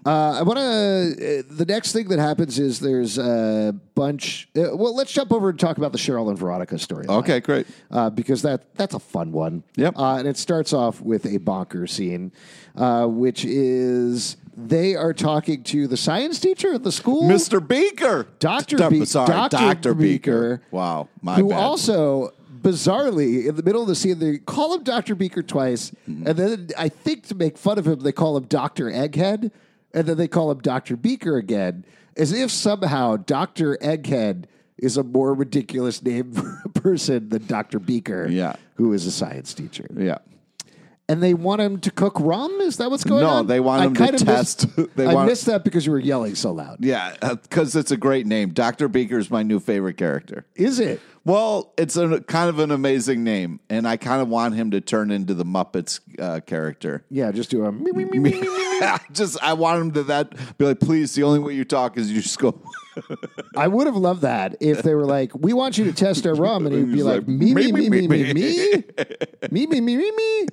[SPEAKER 1] Uh, I want to. The next thing that happens is there's a bunch. Uh, well, let's jump over and talk about the Cheryl and Veronica story.
[SPEAKER 2] Okay, great.
[SPEAKER 1] Uh, because that that's a fun one.
[SPEAKER 2] Yep.
[SPEAKER 1] Uh, and it starts off with a bonker scene, uh, which is they are talking to the science teacher at the school,
[SPEAKER 2] Mr. Beaker.
[SPEAKER 1] Dr.
[SPEAKER 2] Dr.
[SPEAKER 1] Be-
[SPEAKER 2] sorry,
[SPEAKER 1] Dr.
[SPEAKER 2] Dr. Beaker.
[SPEAKER 1] Beaker,
[SPEAKER 2] Wow. My
[SPEAKER 1] who
[SPEAKER 2] bad.
[SPEAKER 1] also bizarrely in the middle of the scene they call him Dr. Beaker twice, and then I think to make fun of him they call him Dr. Egghead, and then they call him Dr. Beaker again, as if somehow Dr. Egghead is a more ridiculous name for a person than Dr. Beaker,
[SPEAKER 2] Yeah.
[SPEAKER 1] who is a science teacher.
[SPEAKER 2] yeah.
[SPEAKER 1] And they want him to cook rum? Is that what's going
[SPEAKER 2] No,
[SPEAKER 1] on?
[SPEAKER 2] they want
[SPEAKER 1] I
[SPEAKER 2] him to
[SPEAKER 1] kinda missed-
[SPEAKER 2] test- they
[SPEAKER 1] I
[SPEAKER 2] want-
[SPEAKER 1] missed that because you were yelling so loud.
[SPEAKER 2] Yeah, because it's a great name. Dr. Beaker is my new favorite character.
[SPEAKER 1] Is it?
[SPEAKER 2] Well, it's a kind of an amazing name, and I kind of want him to turn into the Muppets uh, character.
[SPEAKER 1] Yeah, just do a me, me, me, me, me.
[SPEAKER 2] just I want him to that be like, please. The only way you talk is you just go.
[SPEAKER 1] I would have loved that if they were like, "We want you to test our rum," and he'd be
[SPEAKER 2] He's
[SPEAKER 1] like,
[SPEAKER 2] like,
[SPEAKER 1] "Me, me, me, me,
[SPEAKER 2] "Me,
[SPEAKER 1] me,
[SPEAKER 2] me,
[SPEAKER 1] me, me, me, me, me, me."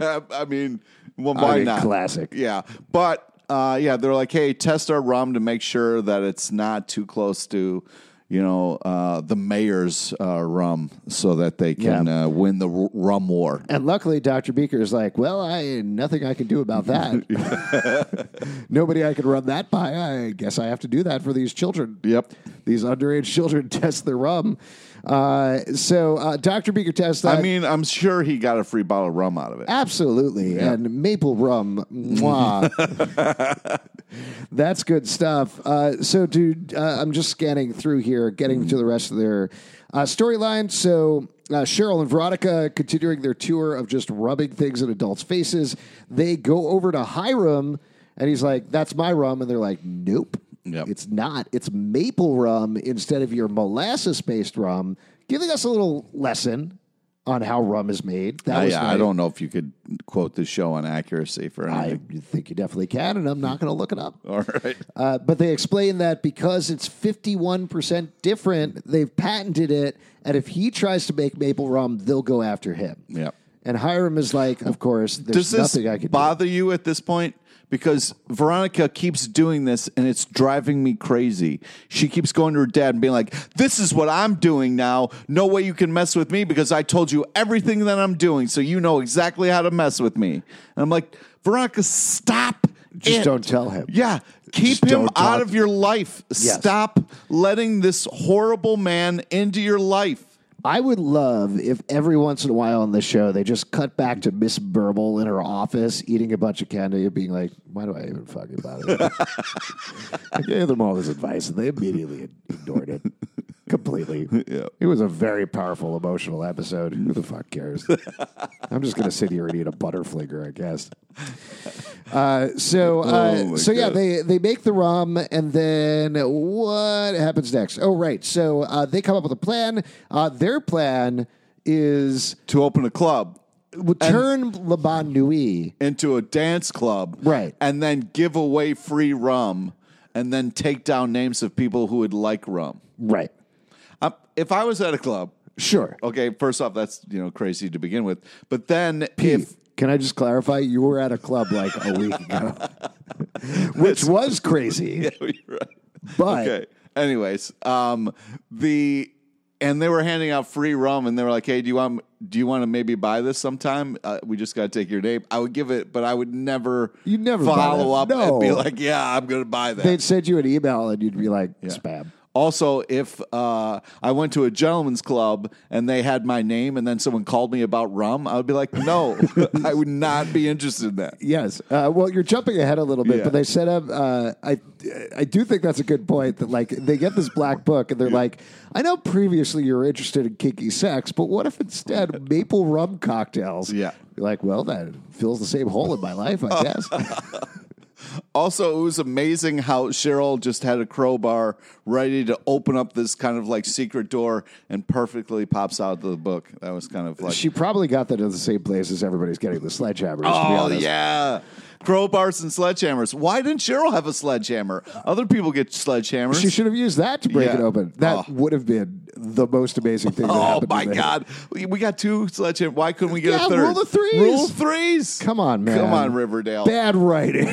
[SPEAKER 2] I mean, well,
[SPEAKER 1] I
[SPEAKER 2] why
[SPEAKER 1] mean,
[SPEAKER 2] not?
[SPEAKER 1] classic.
[SPEAKER 2] Yeah, but uh, yeah, they're like, hey, test our rum to make sure that it's not too close to. You know uh, the mayor's uh, rum, so that they can
[SPEAKER 1] Yeah.
[SPEAKER 2] uh, win the r- rum war.
[SPEAKER 1] And luckily, Doctor Beaker is like, "Well, I nothing I can do about that. Nobody I can run that by. I guess I have to do that for these children."
[SPEAKER 2] Yep.
[SPEAKER 1] These underage children test their rum. Uh, so uh, Dr. Beaker tests that.
[SPEAKER 2] I mean, I'm sure he got a free bottle of rum out of it.
[SPEAKER 1] Absolutely. And maple rum. Mwah. That's good stuff. Uh, so, dude, uh, I'm just scanning through here, getting to the rest of their uh, storyline. So, uh, Cheryl and Veronica continuing their tour of just rubbing things in adults' faces. They go over to Hiram, and he's like, That's my rum. And they're like, Nope.
[SPEAKER 2] Yep.
[SPEAKER 1] It's not. It's maple rum instead of your molasses based rum, giving us a little lesson on how rum is made. That
[SPEAKER 2] I,
[SPEAKER 1] was
[SPEAKER 2] I
[SPEAKER 1] nice.
[SPEAKER 2] don't know if you could quote the show on accuracy for
[SPEAKER 1] I
[SPEAKER 2] anything.
[SPEAKER 1] think you definitely can, and I'm not going to look it up.
[SPEAKER 2] All right.
[SPEAKER 1] Uh, but they explain that because it's 51% different, they've patented it, and if he tries to make maple rum, they'll go after him.
[SPEAKER 2] Yep.
[SPEAKER 1] And Hiram is like, of course,
[SPEAKER 2] Does
[SPEAKER 1] there's
[SPEAKER 2] this
[SPEAKER 1] nothing I can do.
[SPEAKER 2] bother you at this point? Because Veronica keeps doing this and it's driving me crazy. She keeps going to her dad and being like, This is what I'm doing now. No way you can mess with me because I told you everything that I'm doing. So you know exactly how to mess with me. And I'm like, Veronica, stop.
[SPEAKER 1] Just
[SPEAKER 2] it."
[SPEAKER 1] don't tell him.
[SPEAKER 2] Yeah. Keep
[SPEAKER 1] Just
[SPEAKER 2] him
[SPEAKER 1] don't talk.
[SPEAKER 2] out of your life.
[SPEAKER 1] Yes.
[SPEAKER 2] Stop letting this horrible man into your life.
[SPEAKER 1] I would love if every once in a while on the show they just cut back to Miss Burble in her office eating a bunch of candy and being like, "Why do I even fucking bother?" I gave them all this advice and they immediately ignored it completely. It was a very powerful emotional episode. Who the fuck cares? I'm just gonna sit here and eat a butterflinger, I guess. Uh, so, uh,
[SPEAKER 2] Oh, my
[SPEAKER 1] so yeah,
[SPEAKER 2] God.
[SPEAKER 1] they they make the rum, and then what happens next? Oh, right. So uh, they come up with a plan. Uh, their plan is
[SPEAKER 2] To open a club.
[SPEAKER 1] w- turn Le Bon Nuit.
[SPEAKER 2] into a dance club,
[SPEAKER 1] Right.
[SPEAKER 2] And then give away free rum, and then take down names of people who would like rum.
[SPEAKER 1] Right.
[SPEAKER 2] I, if I was at a club,
[SPEAKER 1] Sure.
[SPEAKER 2] okay, first off, that's you know crazy to begin with, but then if
[SPEAKER 1] Can I just clarify? You were at a club like a week ago, which was crazy,
[SPEAKER 2] Oh, You're right.
[SPEAKER 1] but
[SPEAKER 2] okay, Anyways, um, the and they were handing out free rum, and they were like, "Hey, do you want do you want to maybe buy this sometime? Uh, we just got to take your name." I would give it, but I would never
[SPEAKER 1] You'd never buy
[SPEAKER 2] follow
[SPEAKER 1] that.
[SPEAKER 2] up
[SPEAKER 1] No.
[SPEAKER 2] and be like, "Yeah, I'm going to buy that."
[SPEAKER 1] They'd send you an email and you'd be like, spam.
[SPEAKER 2] Also, if uh, I went to a gentleman's club and they had my name and then someone called me about rum, I would be like, no, I would not be interested in that.
[SPEAKER 1] Yes. Uh, well, you're jumping ahead a little bit,
[SPEAKER 2] Yeah.
[SPEAKER 1] but they set up. Uh, I I do think that's a good point. That like they get this black book and they're like, I know previously you were interested in kinky sex, but what if instead maple rum cocktails?
[SPEAKER 2] Yeah. Oh,
[SPEAKER 1] You're like, well, that fills the same hole in my life, I guess.
[SPEAKER 2] Also, it was amazing how Cheryl just had a crowbar ready to open up this kind of like secret door and perfectly pops out of the book. That was kind of like,
[SPEAKER 1] she probably got that in the same place as everybody's getting the sledgehammers. to be
[SPEAKER 2] oh,
[SPEAKER 1] honest.
[SPEAKER 2] yeah. Crowbars and sledgehammers. Why didn't Cheryl have a sledgehammer? Other people get sledgehammers.
[SPEAKER 1] She should have used that to break
[SPEAKER 2] Yeah.
[SPEAKER 1] it open. That
[SPEAKER 2] Oh.
[SPEAKER 1] would have been the most amazing thing. That
[SPEAKER 2] Oh
[SPEAKER 1] happened
[SPEAKER 2] my
[SPEAKER 1] to me.
[SPEAKER 2] God! We we got two sledgehammers. Why couldn't we get
[SPEAKER 1] Yeah,
[SPEAKER 2] a third?
[SPEAKER 1] rule the threes.
[SPEAKER 2] Rule the threes.
[SPEAKER 1] Come on, man.
[SPEAKER 2] Come on, Riverdale.
[SPEAKER 1] Bad writing.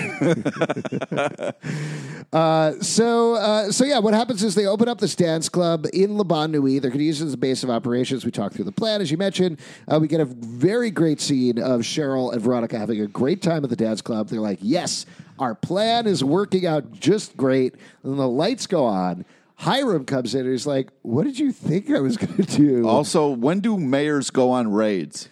[SPEAKER 1] uh, so, uh, so yeah, what happens is they open up this dance club in Le Bon Nuit. They're going to use it as a base of operations. We talk through the plan, as you mentioned. Uh, we get a very great scene of Cheryl and Veronica having a great time at the dance club. They're like, yes, our plan is working out just great. And then the lights go on. Hiram comes in and he's like, what did you think I was going to do?
[SPEAKER 2] Also, when do mayors go on raids?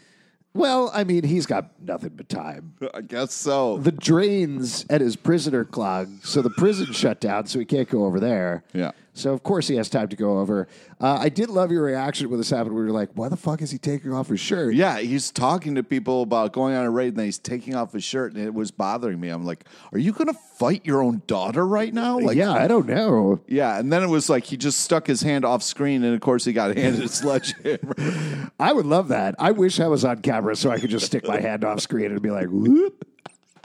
[SPEAKER 1] well, I mean, he's got nothing but time.
[SPEAKER 2] I guess so.
[SPEAKER 1] the drains at his prisoner clogged, so the prison shut down, so he can't go over there.
[SPEAKER 2] Yeah.
[SPEAKER 1] So of course he has time to go over. Uh, I did love your reaction when this happened. We were like, "Why the fuck is he taking off his shirt?"
[SPEAKER 2] Yeah, he's talking to people about going on a raid, and then he's taking off his shirt, and it was bothering me. I'm like, "Are you going to fight your own daughter right now?" Like,
[SPEAKER 1] yeah, I don't know.
[SPEAKER 2] yeah. And then it was like he just stuck his hand off screen, and of course he got handed a sledgehammer.
[SPEAKER 1] I would love that. I wish I was on camera so I could just stick my hand off screen and be like, "Whoop,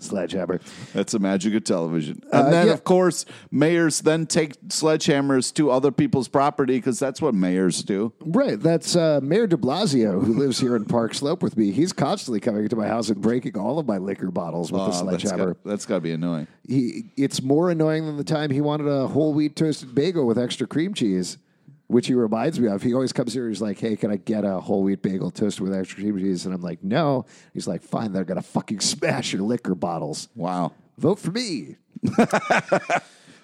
[SPEAKER 1] sledgehammer."
[SPEAKER 2] That's the magic of television. And
[SPEAKER 1] Uh,
[SPEAKER 2] then,
[SPEAKER 1] yeah.
[SPEAKER 2] of course, mayors then take sledgehammers to other people's property because that's what mayors do.
[SPEAKER 1] Right. That's uh, Mayor De Blasio who lives here in Park Slope with me. He's constantly coming into my house and breaking all of my liquor bottles with a
[SPEAKER 2] Uh, that's
[SPEAKER 1] sledgehammer.
[SPEAKER 2] got- that's got to be annoying.
[SPEAKER 1] he it's more annoying than the time he wanted a whole wheat toasted bagel with extra cream cheese, which he reminds me of. He always comes here. He's like, "Hey, can I get a whole wheat bagel toasted with extra cream cheese?" And I'm like, "No." He's like, "Fine, they're gonna fucking smash your liquor bottles.
[SPEAKER 2] Wow.
[SPEAKER 1] Vote for me."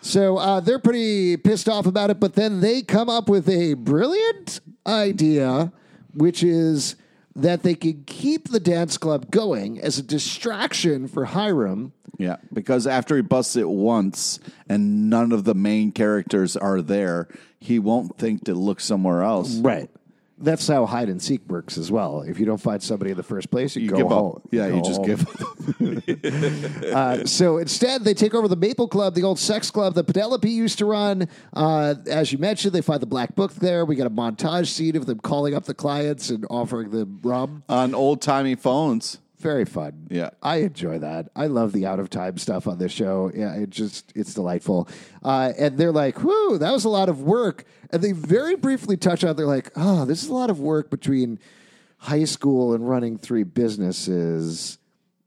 [SPEAKER 1] so uh, they're pretty pissed off about it, but then they come up with a brilliant idea, which is that they can keep the dance club going as a distraction for Hiram.
[SPEAKER 2] Yeah, because after he busts it once and none of the main characters are there, he won't think to look somewhere else.
[SPEAKER 1] Right. That's how hide and seek works as well. If you don't find somebody in the first place, you,
[SPEAKER 2] You
[SPEAKER 1] go
[SPEAKER 2] give
[SPEAKER 1] home.
[SPEAKER 2] up. Yeah, you
[SPEAKER 1] go
[SPEAKER 2] just
[SPEAKER 1] home.
[SPEAKER 2] give up.
[SPEAKER 1] Uh, so instead, they take over the Maple Club, the old sex club that Penelope used to run. Uh, as you mentioned, they find the black book there. We got a montage scene of them calling up the clients and offering them rum.
[SPEAKER 2] on old timey phones.
[SPEAKER 1] Very fun.
[SPEAKER 2] Yeah.
[SPEAKER 1] I enjoy that. I love the out of time stuff on this show. Yeah, it just it's delightful. Uh, and they're like, "Whoo, that was a lot of work." And they very briefly touch on. They're like, "Oh, this is a lot of work between high school and running three businesses.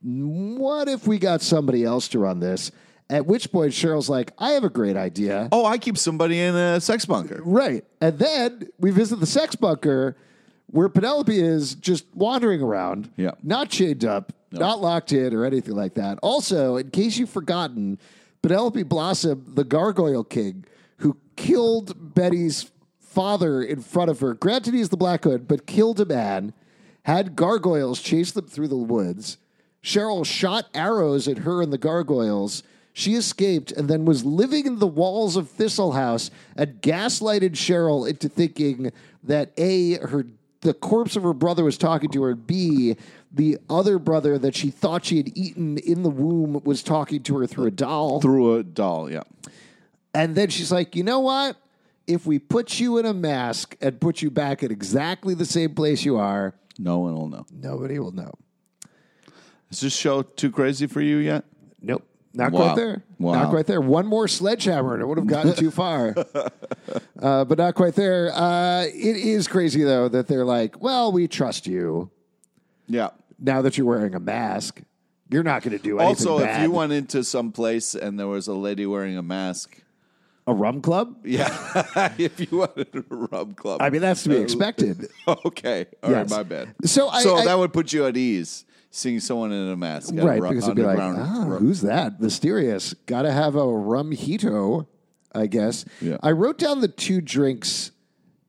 [SPEAKER 1] What if we got somebody else to run this?" At which point, Cheryl's like, "I have a great idea."
[SPEAKER 2] Oh, I keep somebody in a sex bunker.
[SPEAKER 1] Right. And then we visit the sex bunker where Penelope is just wandering around,
[SPEAKER 2] Yeah.
[SPEAKER 1] not chained up, not locked in or anything like that. Also, in case you've forgotten, Penelope Blossom, the gargoyle king, who killed Betty's father in front of her, granted he's the Black Hood, but killed a man, had gargoyles chase them through the woods. Cheryl shot arrows at her and the gargoyles. She escaped and then was living in the walls of Thistle House and gaslighted Cheryl into thinking that A, her the corpse of her brother was talking to her, and B, the other brother that she thought she had eaten in the womb was talking to her through a doll.
[SPEAKER 2] Through a doll, yeah.
[SPEAKER 1] And then she's like, you know what? If we put you in a mask and put you back at exactly the same place you are,
[SPEAKER 2] No one will know.
[SPEAKER 1] nobody will know.
[SPEAKER 2] Is this show too crazy for you yet?
[SPEAKER 1] Nope. Not
[SPEAKER 2] Wow.
[SPEAKER 1] quite there.
[SPEAKER 2] Wow.
[SPEAKER 1] Not quite there. One more sledgehammer and it would have gotten too far. Uh, but not quite there. Uh, it is crazy, though, that they're like, well, we trust you
[SPEAKER 2] Yeah.
[SPEAKER 1] now that you're wearing a mask. You're not going to do anything
[SPEAKER 2] Also, if
[SPEAKER 1] bad.
[SPEAKER 2] you went into some place and there was a lady wearing a mask,
[SPEAKER 1] a a rum club?
[SPEAKER 2] Yeah, if you wanted a rum club.
[SPEAKER 1] I mean, that's to be expected.
[SPEAKER 2] okay. all right,
[SPEAKER 1] Yes.
[SPEAKER 2] my bad.
[SPEAKER 1] So I- I-
[SPEAKER 2] that would put you at ease seeing someone in a mask, at a
[SPEAKER 1] right,
[SPEAKER 2] ru-
[SPEAKER 1] because it'd be like,
[SPEAKER 2] underground
[SPEAKER 1] ah,
[SPEAKER 2] ru-
[SPEAKER 1] who's that? Mysterious. Got to have a rum hito, I guess.
[SPEAKER 2] Yeah.
[SPEAKER 1] I wrote down the two drinks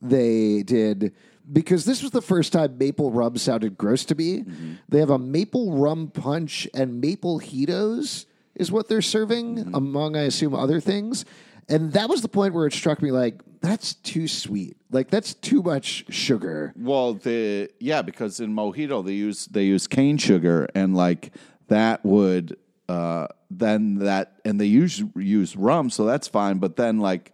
[SPEAKER 1] they did because this was the first time maple rum sounded gross to me. They have a maple rum punch and maple hitos is what they're serving, among I assume other things. And that was the point where it struck me like that's too sweet. Like that's too much sugar.
[SPEAKER 2] Well, the yeah, because in mojito they use they use cane sugar, and like that would uh, then that, and they use use rum, so that's fine. But then like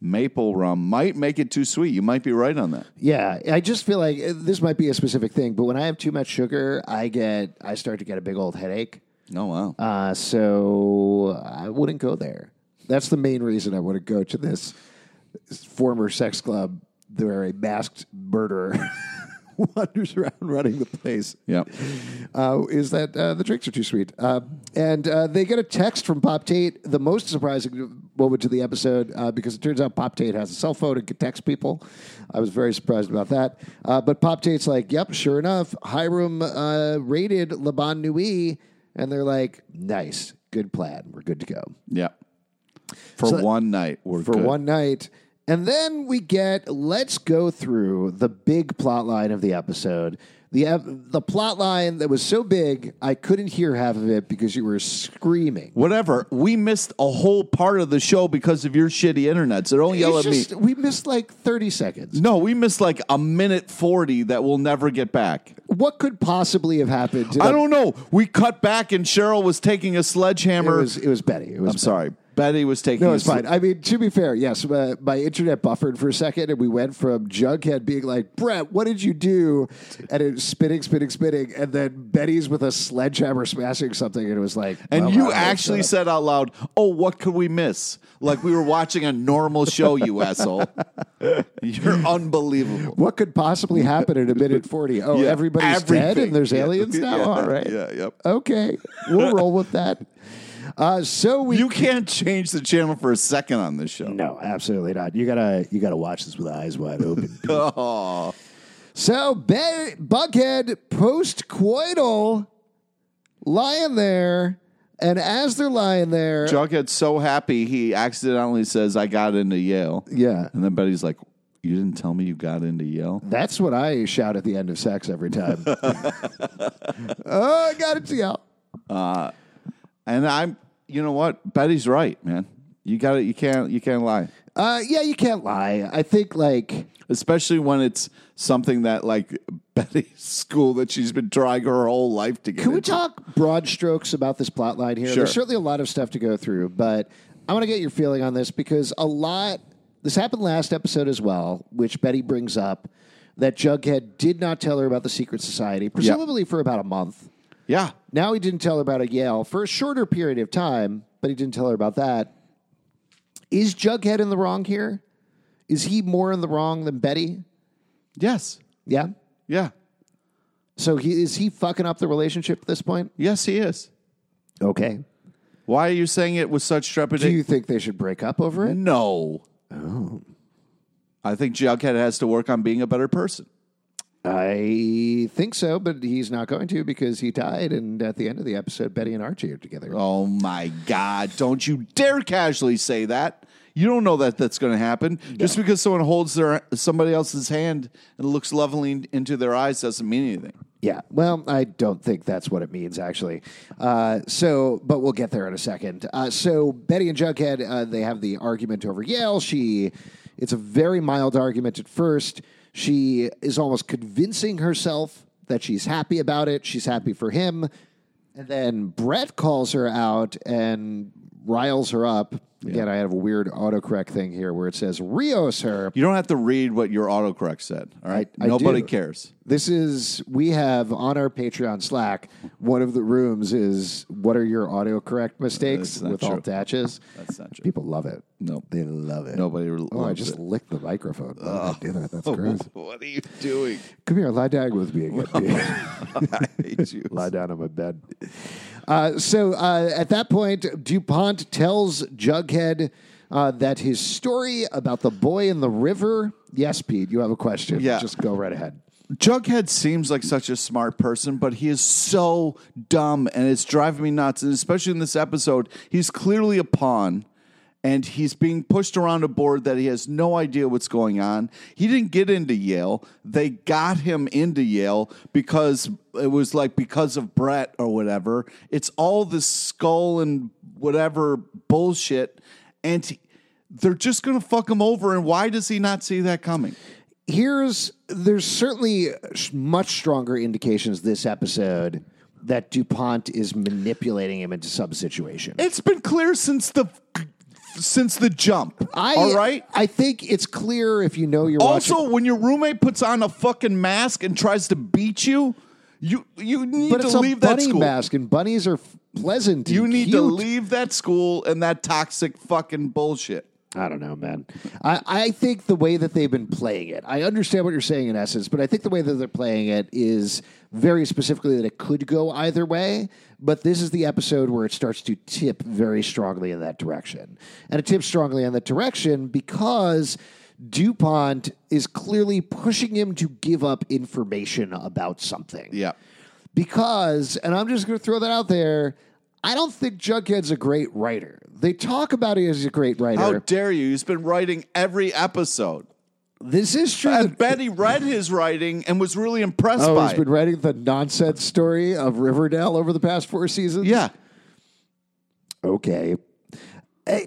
[SPEAKER 2] maple rum might make it too sweet. You might be right on that.
[SPEAKER 1] Yeah, I just feel like uh, this might be a specific thing, but when I have too much sugar, I get I start to get a big old headache.
[SPEAKER 2] Oh wow.
[SPEAKER 1] Uh, so I wouldn't go there. That's the main reason I wouldn't go to this former sex club where a masked murderer wanders around running the place.
[SPEAKER 2] yeah.
[SPEAKER 1] Uh, is that uh, the drinks are too sweet. Uh, and uh, they get a text from Pop Tate, the most surprising moment to the episode, uh, because it turns out Pop Tate has a cell phone and can text people. I was very surprised about that. Uh, but Pop Tate's like, yep, sure enough, Hiram uh, raided Laban Nui, and they're like, nice, good plan, we're good to go
[SPEAKER 2] Yeah. For one night, we're
[SPEAKER 1] for
[SPEAKER 2] good.
[SPEAKER 1] one night. And then we get let's go through the big plot line of the episode. The ep- the plot line that was so big I couldn't hear half of it because you were screaming.
[SPEAKER 2] Whatever. We missed a whole part of the show because of your shitty internet. So don't yell
[SPEAKER 1] It's
[SPEAKER 2] at me.
[SPEAKER 1] just- We missed like 30 seconds.
[SPEAKER 2] No, we missed like a minute 40 that we'll never get back.
[SPEAKER 1] What could possibly have happened? To
[SPEAKER 2] I
[SPEAKER 1] the-
[SPEAKER 2] don't know. We cut back and Cheryl was taking a
[SPEAKER 1] It
[SPEAKER 2] sledgehammer.
[SPEAKER 1] was it was Betty. It was
[SPEAKER 2] I'm sorry. Betty was taking
[SPEAKER 1] No,
[SPEAKER 2] a
[SPEAKER 1] it's
[SPEAKER 2] sle-
[SPEAKER 1] fine. I mean, to be fair, yes, my, my internet buffered for a second, and we went from Jughead being like, "Brett, what did you do?" and it was spinning, spinning, spinning, and then Betty's with a sledgehammer smashing something, and it was like,
[SPEAKER 2] And
[SPEAKER 1] well,
[SPEAKER 2] you
[SPEAKER 1] wow, that's uh,
[SPEAKER 2] actually
[SPEAKER 1] a-
[SPEAKER 2] said out loud, Oh, what could we miss? Like we were watching a normal show, you asshole. You're unbelievable.
[SPEAKER 1] "What could possibly happen in a minute 40? Oh,
[SPEAKER 2] Yeah,
[SPEAKER 1] everybody's dead,
[SPEAKER 2] everything.
[SPEAKER 1] and there's
[SPEAKER 2] Yeah.
[SPEAKER 1] aliens now.
[SPEAKER 2] Yeah.
[SPEAKER 1] All right,
[SPEAKER 2] Yeah, yep.
[SPEAKER 1] okay, we'll roll with that." Uh, so we
[SPEAKER 2] You can't change the channel for a second on this show.
[SPEAKER 1] No, absolutely not. You gotta you gotta watch this with eyes wide open. So Be- Bughead post coital lying there, and as they're lying there,
[SPEAKER 2] Jughead's so happy he accidentally says, I got into Yale.
[SPEAKER 1] yeah,
[SPEAKER 2] And then Betty's like, You didn't tell me you got into Yale?
[SPEAKER 1] that's what I shout at the end of sex every time. oh, I got it to y'all.
[SPEAKER 2] And I'm you know what? Betty's right, man. You got it. You can't you can't lie.
[SPEAKER 1] Uh, yeah, you can't lie. I think like
[SPEAKER 2] Especially when it's something that like Betty's school that she's been trying her whole life to get
[SPEAKER 1] Can we
[SPEAKER 2] into.
[SPEAKER 1] talk broad strokes about this plot line here?
[SPEAKER 2] Sure.
[SPEAKER 1] There's certainly a lot of stuff to go through, but I want to get your feeling on this because a lot this happened last episode as well, which Betty brings up that Jughead did not tell her about the secret society, presumably for about a month.
[SPEAKER 2] yeah.
[SPEAKER 1] Now he didn't tell her about a Yale for a shorter period of time, but he didn't tell her about that. Is Jughead in the wrong here? Is he more in the wrong than Betty?
[SPEAKER 2] Yes.
[SPEAKER 1] Yeah.
[SPEAKER 2] Yeah.
[SPEAKER 1] So he is he fucking up the relationship at this point?
[SPEAKER 2] Yes, he is.
[SPEAKER 1] Okay.
[SPEAKER 2] Why are you saying it with such
[SPEAKER 1] Do
[SPEAKER 2] trepidation?
[SPEAKER 1] you think they should break up over it?
[SPEAKER 2] no. Oh. I think Jughead has to work on being a better person.
[SPEAKER 1] I think so, but he's not going to because he died. And at the end of the episode, Betty and Archie are together.
[SPEAKER 2] Oh my God. Don't you dare casually say that. You don't know that that's going to happen. Just because someone holds their somebody else's hand and looks lovingly into their eyes doesn't mean anything.
[SPEAKER 1] Yeah. Well, I don't think that's what it means, actually. Uh, so, but we'll get there in a second. Uh, so, Betty and Jughead, uh, they have the argument over Yale. She, it's a very mild argument at first. She is almost convincing herself that she's happy about it. She's happy for him. And then Brett calls her out and riles her up. Again, I have a weird autocorrect thing here where it says Rios her.
[SPEAKER 2] You don't have to read what your autocorrect said. All right.
[SPEAKER 1] I- I
[SPEAKER 2] Nobody
[SPEAKER 1] do.
[SPEAKER 2] cares.
[SPEAKER 1] This is we have on our Patreon Slack. One of the rooms is what are your autocorrect mistakes
[SPEAKER 2] not
[SPEAKER 1] with
[SPEAKER 2] true.
[SPEAKER 1] alt attaches.
[SPEAKER 2] That's not true.
[SPEAKER 1] People love it.
[SPEAKER 2] No.
[SPEAKER 1] they love it.
[SPEAKER 2] Nobody.
[SPEAKER 1] Oh, I
[SPEAKER 2] loves
[SPEAKER 1] just
[SPEAKER 2] it.
[SPEAKER 1] licked the microphone. Why did I do that? That's gross.
[SPEAKER 2] What are you doing?
[SPEAKER 1] Come here, lie down with me again. dude.
[SPEAKER 2] I hate you.
[SPEAKER 1] lie down on my bed. Uh, so uh, at that point, DuPont tells Jughead uh, that his story about the boy in the river. Yes, Pete, you have a question.
[SPEAKER 2] Yeah.
[SPEAKER 1] Just go right ahead.
[SPEAKER 2] Jughead seems like such a smart person, but he is so dumb and it's driving me nuts. And especially in this episode, he's clearly a pawn and he's being pushed around a board that he has no idea what's going on. He didn't get into Yale. They got him into Yale because it was like because of Brett or whatever. It's all this skull and whatever bullshit. And he- they're just going to fuck him over. And why does he not see that coming?
[SPEAKER 1] here's there's certainly sh- much stronger indications this episode that DuPont is manipulating him into some situation.
[SPEAKER 2] It's been clear since the since the jump.
[SPEAKER 1] I,
[SPEAKER 2] all right.
[SPEAKER 1] I think it's clear if you know you're watching.
[SPEAKER 2] Also, when your roommate puts on a fucking mask and tries to beat you, you you need
[SPEAKER 1] but
[SPEAKER 2] to
[SPEAKER 1] it's a
[SPEAKER 2] leave that
[SPEAKER 1] bunny
[SPEAKER 2] school.
[SPEAKER 1] mask, and bunnies are f- pleasant.
[SPEAKER 2] You
[SPEAKER 1] and
[SPEAKER 2] need to
[SPEAKER 1] cute.
[SPEAKER 2] leave that school and that toxic fucking bullshit.
[SPEAKER 1] I don't know, man. I, I think the way that they've been playing it, I understand what you're saying in essence, but I think the way that they're playing it is very specifically that it could go either way. But this is the episode where it starts to tip very strongly in that direction. And it tips strongly in that direction because DuPont is clearly pushing him to give up information about something.
[SPEAKER 2] Yeah.
[SPEAKER 1] Because, and I'm just going to throw that out there. I don't think Jughead's a great writer. They talk about he as a great writer.
[SPEAKER 2] How dare you? He's been writing every episode.
[SPEAKER 1] This is true.
[SPEAKER 2] And Betty read his writing and was really impressed
[SPEAKER 1] oh,
[SPEAKER 2] by
[SPEAKER 1] he's
[SPEAKER 2] it.
[SPEAKER 1] been writing the nonsense story of Riverdale over the past four seasons.
[SPEAKER 2] yeah.
[SPEAKER 1] Okay. Eh,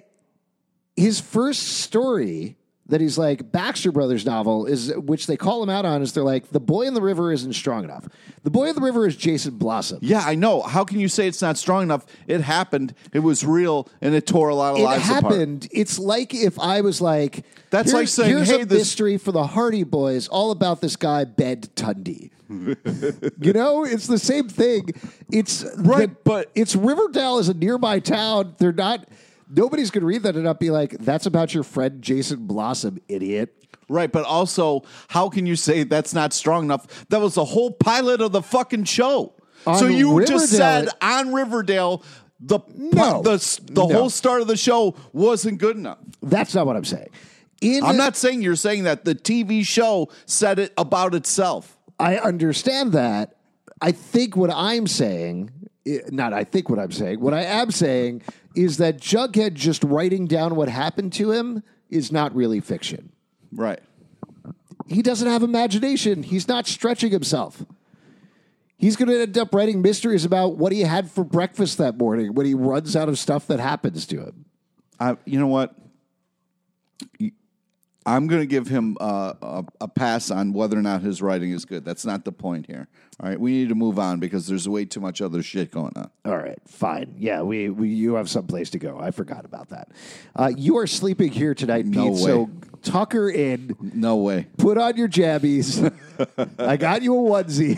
[SPEAKER 1] His first story that he's like Baxter Brothers novel is which they call him out on is they're like the boy in the river isn't strong enough. The boy in the river is Jason Blossom.
[SPEAKER 2] Yeah, I know. How can you say it's not strong enough? It happened. It was real and it tore a lot of
[SPEAKER 1] It
[SPEAKER 2] lives apart.
[SPEAKER 1] happened. It's like if I was like,
[SPEAKER 2] That's
[SPEAKER 1] here's,
[SPEAKER 2] like saying,
[SPEAKER 1] here's
[SPEAKER 2] "Hey,
[SPEAKER 1] a
[SPEAKER 2] this-
[SPEAKER 1] mystery for the Hardy Boys, all about this guy Bed Tundy." you know, it's the same thing. It's
[SPEAKER 2] Right,
[SPEAKER 1] the-
[SPEAKER 2] but-
[SPEAKER 1] it's Riverdale is a nearby town. They're not. Nobody's going to read that and not be like, "That's about your friend Jason Blossom, idiot."
[SPEAKER 2] Right, but also, how can you say that's not strong enough? That was the whole pilot of the fucking show.
[SPEAKER 1] On
[SPEAKER 2] so you just
[SPEAKER 1] Riverdale-
[SPEAKER 2] said on Riverdale the
[SPEAKER 1] No.
[SPEAKER 2] the, s- the
[SPEAKER 1] No.
[SPEAKER 2] whole start of the show wasn't good enough.
[SPEAKER 1] That's not what I'm saying. In
[SPEAKER 2] I'm not saying you're saying that the TV show said it about itself.
[SPEAKER 1] I understand that. I think what I'm saying, eh, not I think what I'm saying, what I am saying is that Jughead just writing down what happened to him is not really fiction.
[SPEAKER 2] Right.
[SPEAKER 1] He doesn't have imagination, he's not stretching himself. He's going to end up writing mysteries about what he had for breakfast that morning when he runs out of stuff that happens to him.
[SPEAKER 2] I, you know what? I'm going to give him uh, a, a pass on whether or not his writing is good. That's not the point here. All right, we need to move on because there's way too much other shit going on.
[SPEAKER 1] All right, fine. Yeah, we, we you have someplace to go. I forgot about that. Uh, you are sleeping here tonight, Pete.
[SPEAKER 2] No way.
[SPEAKER 1] So Tucker in.
[SPEAKER 2] No way.
[SPEAKER 1] put on your jabbies. I got you a onesie.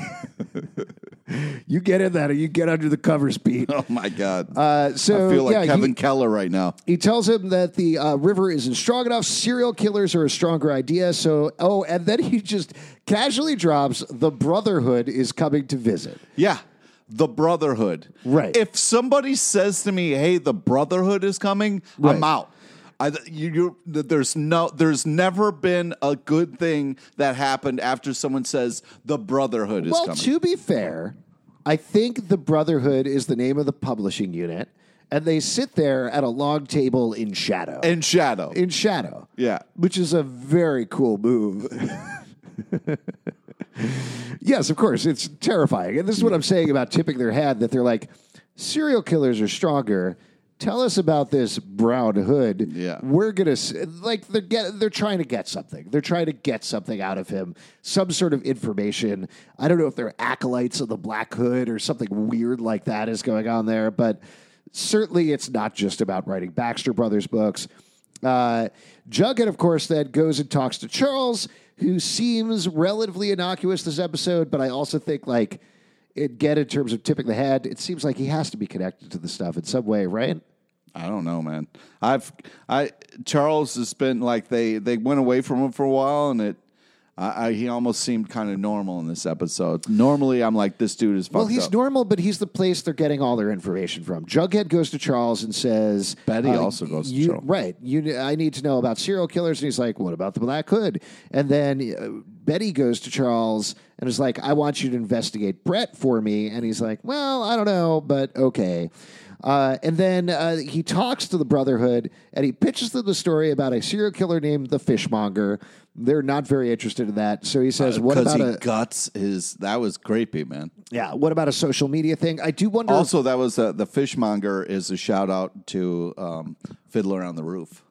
[SPEAKER 1] you get in that, or you get under the covers, Pete.
[SPEAKER 2] Oh my god.
[SPEAKER 1] Uh, so
[SPEAKER 2] I feel like
[SPEAKER 1] yeah,
[SPEAKER 2] Kevin
[SPEAKER 1] He,
[SPEAKER 2] Keller right now.
[SPEAKER 1] he tells him that the uh, river isn't strong enough. Serial killers are a stronger idea. So oh, and then he just casually drops the Brotherhood is coming to visit.
[SPEAKER 2] Yeah. The Brotherhood.
[SPEAKER 1] Right.
[SPEAKER 2] If somebody says to me, "Hey, the Brotherhood is coming,"
[SPEAKER 1] Right.
[SPEAKER 2] I'm out. I, you, you, there's no, there's never been a good thing that happened after someone says the Brotherhood is
[SPEAKER 1] well,
[SPEAKER 2] coming.
[SPEAKER 1] to be fair, I think the Brotherhood is the name of the publishing unit, and they sit there at a long table in shadow.
[SPEAKER 2] In shadow.
[SPEAKER 1] in shadow.
[SPEAKER 2] Yeah.
[SPEAKER 1] Which is a very cool move. yes, of course. It's terrifying. And this is what I'm saying about tipping their hand that they're like, serial killers are stronger. Tell us about this brown hood.
[SPEAKER 2] Yeah.
[SPEAKER 1] We're going to, like, they're, get, they're trying to get something. They're trying to get something out of him, some sort of information. I don't know if they're acolytes of the Black Hood or something weird like that is going on there, but certainly it's not just about writing Baxter Brothers books. Uh, Jughead, of course, then goes and talks to Charles, who seems relatively innocuous this episode, but I also think, like, it, get in terms of tipping the hand, it seems like he has to be connected to the stuff in some way, right?
[SPEAKER 2] I don't know, man. I've I Charles has been like they they went away from him for a while, and it I, I, he almost seemed kind of normal in this episode. Normally, I'm like, this dude is fucked
[SPEAKER 1] Well, he's
[SPEAKER 2] up.
[SPEAKER 1] normal, but he's the place they're getting all their information from. Jughead goes to Charles and says, uh,
[SPEAKER 2] Betty also goes to
[SPEAKER 1] you-
[SPEAKER 2] Charles.
[SPEAKER 1] Right. You, I need to know about serial killers. And he's like, what about the Black Hood? And then uh, Betty goes to Charles and is like, I want you to investigate Brett for me. And he's like, well, I don't know, but okay. Uh, and then uh, he talks to the Brotherhood and he pitches them the story about a serial killer named the Fishmonger. They're not very interested in that. So he says, what
[SPEAKER 2] because
[SPEAKER 1] about
[SPEAKER 2] Uh, he
[SPEAKER 1] a,
[SPEAKER 2] guts his. That was creepy, man.
[SPEAKER 1] yeah, what about a social media thing? I do wonder if
[SPEAKER 2] Also, that was uh, the fishmonger is a shout out to um, Fiddler on the Roof.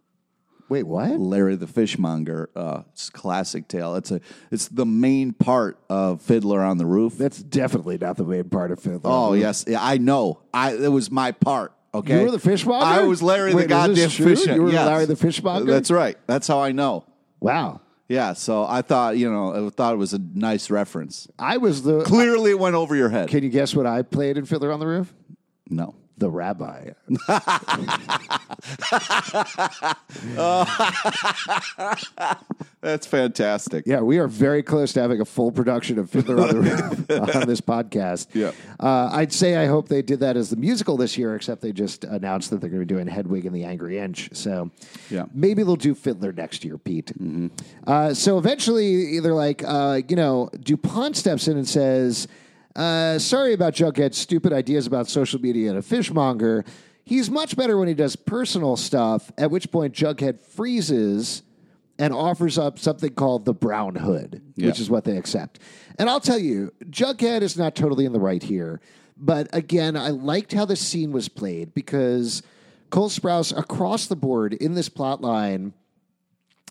[SPEAKER 1] Wait, what?
[SPEAKER 2] Larry the Fishmonger, uh, it's a classic tale. It's a it's the main part of Fiddler on the Roof.
[SPEAKER 1] That's definitely not the main part of Fiddler.
[SPEAKER 2] Oh yes, yeah, I know. I it was my part. Okay,
[SPEAKER 1] You were the fishmonger?
[SPEAKER 2] I was Larry
[SPEAKER 1] Wait,
[SPEAKER 2] the
[SPEAKER 1] is
[SPEAKER 2] goddamn
[SPEAKER 1] this true?
[SPEAKER 2] fish.
[SPEAKER 1] You were
[SPEAKER 2] yes.
[SPEAKER 1] Larry the fishmonger?
[SPEAKER 2] That's right. That's how I know.
[SPEAKER 1] wow.
[SPEAKER 2] Yeah, so I thought you know I thought it was a nice reference.
[SPEAKER 1] I was the.
[SPEAKER 2] Clearly, it went over your head.
[SPEAKER 1] Can you guess what I played in Fiddler on the Roof?
[SPEAKER 2] no.
[SPEAKER 1] The rabbi.
[SPEAKER 2] That's fantastic.
[SPEAKER 1] Yeah, we are very close to having a full production of Fiddler on the Roof on this podcast.
[SPEAKER 2] Yeah.
[SPEAKER 1] Uh, I'd say I hope they did that as the musical this year, except they just announced that they're going to be doing Hedwig and the Angry Inch. So
[SPEAKER 2] Yeah.
[SPEAKER 1] maybe they'll do Fiddler next year, Pete. Uh, so eventually they're like, uh, you know, DuPont steps in and says, uh, sorry about Jughead's stupid ideas about social media and a fishmonger. He's much better when he does personal stuff, at which point Jughead freezes and offers up something called the brown hood,
[SPEAKER 2] Yeah.
[SPEAKER 1] which is what they accept. And I'll tell you, Jughead is not totally in the right here. But again, I liked how this scene was played because Cole Sprouse, across the board in this plot line,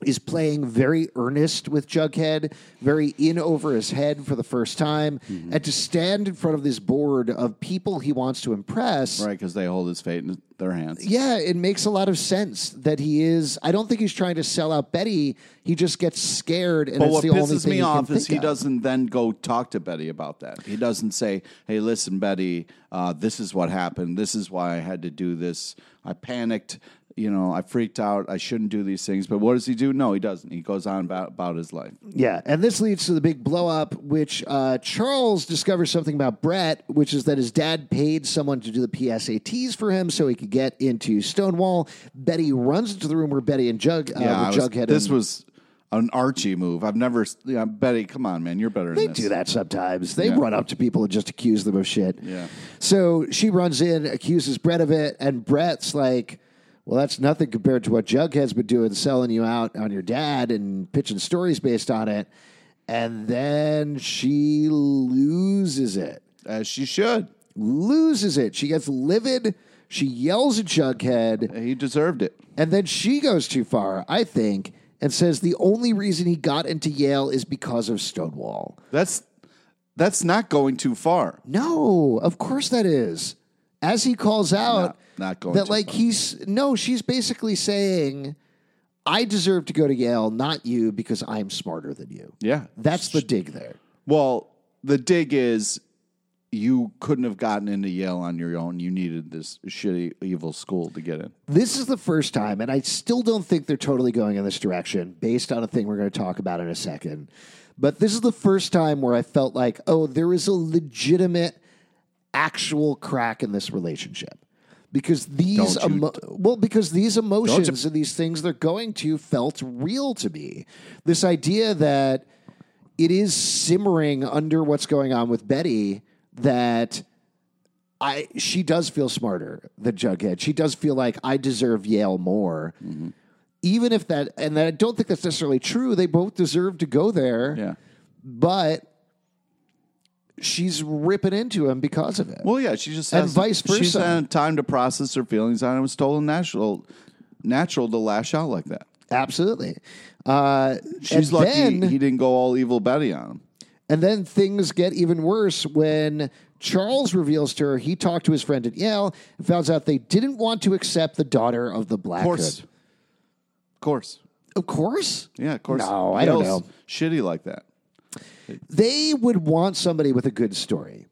[SPEAKER 1] is playing very earnest with Jughead, very in over his head for the first time.
[SPEAKER 2] Mm-hmm.
[SPEAKER 1] And to stand in front of this board of people he wants to impress,
[SPEAKER 2] Right, because they hold his fate in their hands.
[SPEAKER 1] yeah, it makes a lot of sense that he is. I don't think he's trying to sell out Betty. He just gets scared, and
[SPEAKER 2] But
[SPEAKER 1] it's
[SPEAKER 2] what
[SPEAKER 1] the only
[SPEAKER 2] pisses
[SPEAKER 1] thing
[SPEAKER 2] me
[SPEAKER 1] he can
[SPEAKER 2] off is
[SPEAKER 1] think
[SPEAKER 2] he
[SPEAKER 1] of.
[SPEAKER 2] doesn't then go talk to Betty about that. He doesn't say, "Hey, listen, Betty, uh, this is what happened. This is why I had to do this. I panicked. You know, I freaked out. I shouldn't do these things." But what does he do? No, he doesn't. He goes on about, about his life.
[SPEAKER 1] Yeah, and this leads to the big blow up, which uh, Charles discovers something about Brett, which is that his dad paid someone to do the PSATs for him so he could get into Stonewall. Betty runs into the room where Betty and Jug, uh,
[SPEAKER 2] Yeah, I
[SPEAKER 1] where
[SPEAKER 2] was-
[SPEAKER 1] Jughead.
[SPEAKER 2] this
[SPEAKER 1] and-
[SPEAKER 2] was an Archie move. I've never, s- yeah, Betty. Come on, man, you're better.
[SPEAKER 1] They
[SPEAKER 2] than this.
[SPEAKER 1] do that sometimes. They
[SPEAKER 2] Yeah.
[SPEAKER 1] run up to people and just accuse them of shit.
[SPEAKER 2] Yeah.
[SPEAKER 1] So she runs in, accuses Brett of it, and Brett's like, "Well, that's nothing compared to what Jughead's been doing, selling you out on your dad and pitching stories based on it." And then she loses it.
[SPEAKER 2] As she should.
[SPEAKER 1] Loses it. She gets livid. She yells at Jughead.
[SPEAKER 2] He deserved it.
[SPEAKER 1] And then she goes too far, I think, and says the only reason he got into Yale is because of Stonewall.
[SPEAKER 2] That's that's not going too far.
[SPEAKER 1] No, of course that is. As he calls out
[SPEAKER 2] not going
[SPEAKER 1] that
[SPEAKER 2] too
[SPEAKER 1] like he's no, she's basically saying I deserve to go to Yale, not you because I'm smarter than you.
[SPEAKER 2] Yeah,
[SPEAKER 1] That's the dig there.
[SPEAKER 2] Well, the dig is you couldn't have gotten into Yale on your own. You needed this shitty, evil school to get in.
[SPEAKER 1] This is the first time and I still don't think they're totally going in this direction based on a thing we're going to talk about in a second. But this is the first time where I felt like, oh, there is a legitimate actual crack in this relationship because these
[SPEAKER 2] Don't you
[SPEAKER 1] emo- well because these emotions and these things they're going to felt real to me this idea that it is simmering under what's going on with betty that i she does feel smarter than jughead she does feel like i deserve yale more
[SPEAKER 2] Mm-hmm.
[SPEAKER 1] even if that and i don't think that's necessarily true they both deserve to go there but she's ripping into him because of it
[SPEAKER 2] Well, yeah. She just
[SPEAKER 1] And
[SPEAKER 2] has
[SPEAKER 1] vice
[SPEAKER 2] She's
[SPEAKER 1] versa.
[SPEAKER 2] had time to process her feelings on it. It was totally natural, natural to lash out like that.
[SPEAKER 1] Absolutely. Uh, and
[SPEAKER 2] She's lucky
[SPEAKER 1] Then,
[SPEAKER 2] he didn't go all evil Betty on him.
[SPEAKER 1] and then things get even worse when Charles reveals to her he talked to his friend at Yale and found out they didn't want to accept the daughter of the Black
[SPEAKER 2] Of course,
[SPEAKER 1] Hood.
[SPEAKER 2] of course.
[SPEAKER 1] Of course.
[SPEAKER 2] Yeah, of course.
[SPEAKER 1] No, I don't
[SPEAKER 2] Yale's
[SPEAKER 1] know.
[SPEAKER 2] Shitty like that.
[SPEAKER 1] They would want somebody with a good story.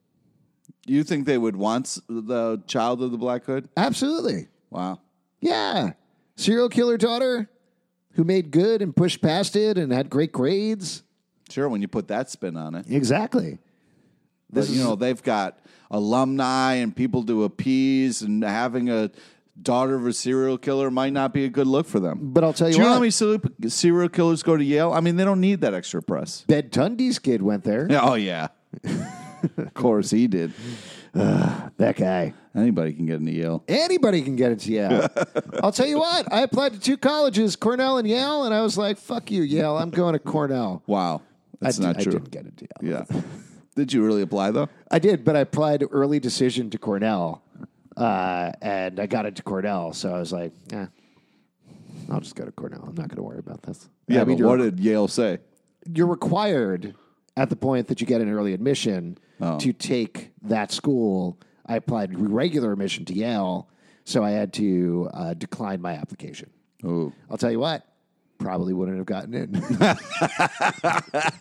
[SPEAKER 2] You think they would want s- the child of the Black Hood?
[SPEAKER 1] Absolutely.
[SPEAKER 2] Wow.
[SPEAKER 1] Yeah. Serial killer daughter who made good and pushed past it and had great grades.
[SPEAKER 2] Sure, when you put that spin on it.
[SPEAKER 1] Exactly.
[SPEAKER 2] But, you know, they've got alumni and people to appease, and having a daughter of a serial killer might not be a good look for them.
[SPEAKER 1] But I'll tell you
[SPEAKER 2] Do you know
[SPEAKER 1] what.
[SPEAKER 2] how many serial- serial killers go to Yale? I mean, they don't need that extra press.
[SPEAKER 1] Bed Tundy's kid went there.
[SPEAKER 2] Yeah, Oh, yeah. of course, he did.
[SPEAKER 1] That guy.
[SPEAKER 2] Anybody can get into Yale.
[SPEAKER 1] Anybody can get into Yale. I'll tell you what. I applied to two colleges, Cornell and Yale, and I was like, "Fuck you, Yale. I'm going to Cornell."
[SPEAKER 2] Wow. That's
[SPEAKER 1] I di-
[SPEAKER 2] not
[SPEAKER 1] I
[SPEAKER 2] true.
[SPEAKER 1] didn't get into Yale.
[SPEAKER 2] Yeah. Did you really apply, though?
[SPEAKER 1] I did, but I applied early decision to Cornell, uh, and I got into Cornell. So I was like, eh, I'll just go to Cornell. I'm not going to worry about this.
[SPEAKER 2] Yeah,
[SPEAKER 1] I mean,
[SPEAKER 2] but
[SPEAKER 1] you're,
[SPEAKER 2] what did Yale say?
[SPEAKER 1] you're required at the point that you get an early admission
[SPEAKER 2] Oh.
[SPEAKER 1] to take that school. I applied regular admission to Yale, so I had to uh, decline my application.
[SPEAKER 2] Ooh.
[SPEAKER 1] I'll tell you what, probably wouldn't have gotten in.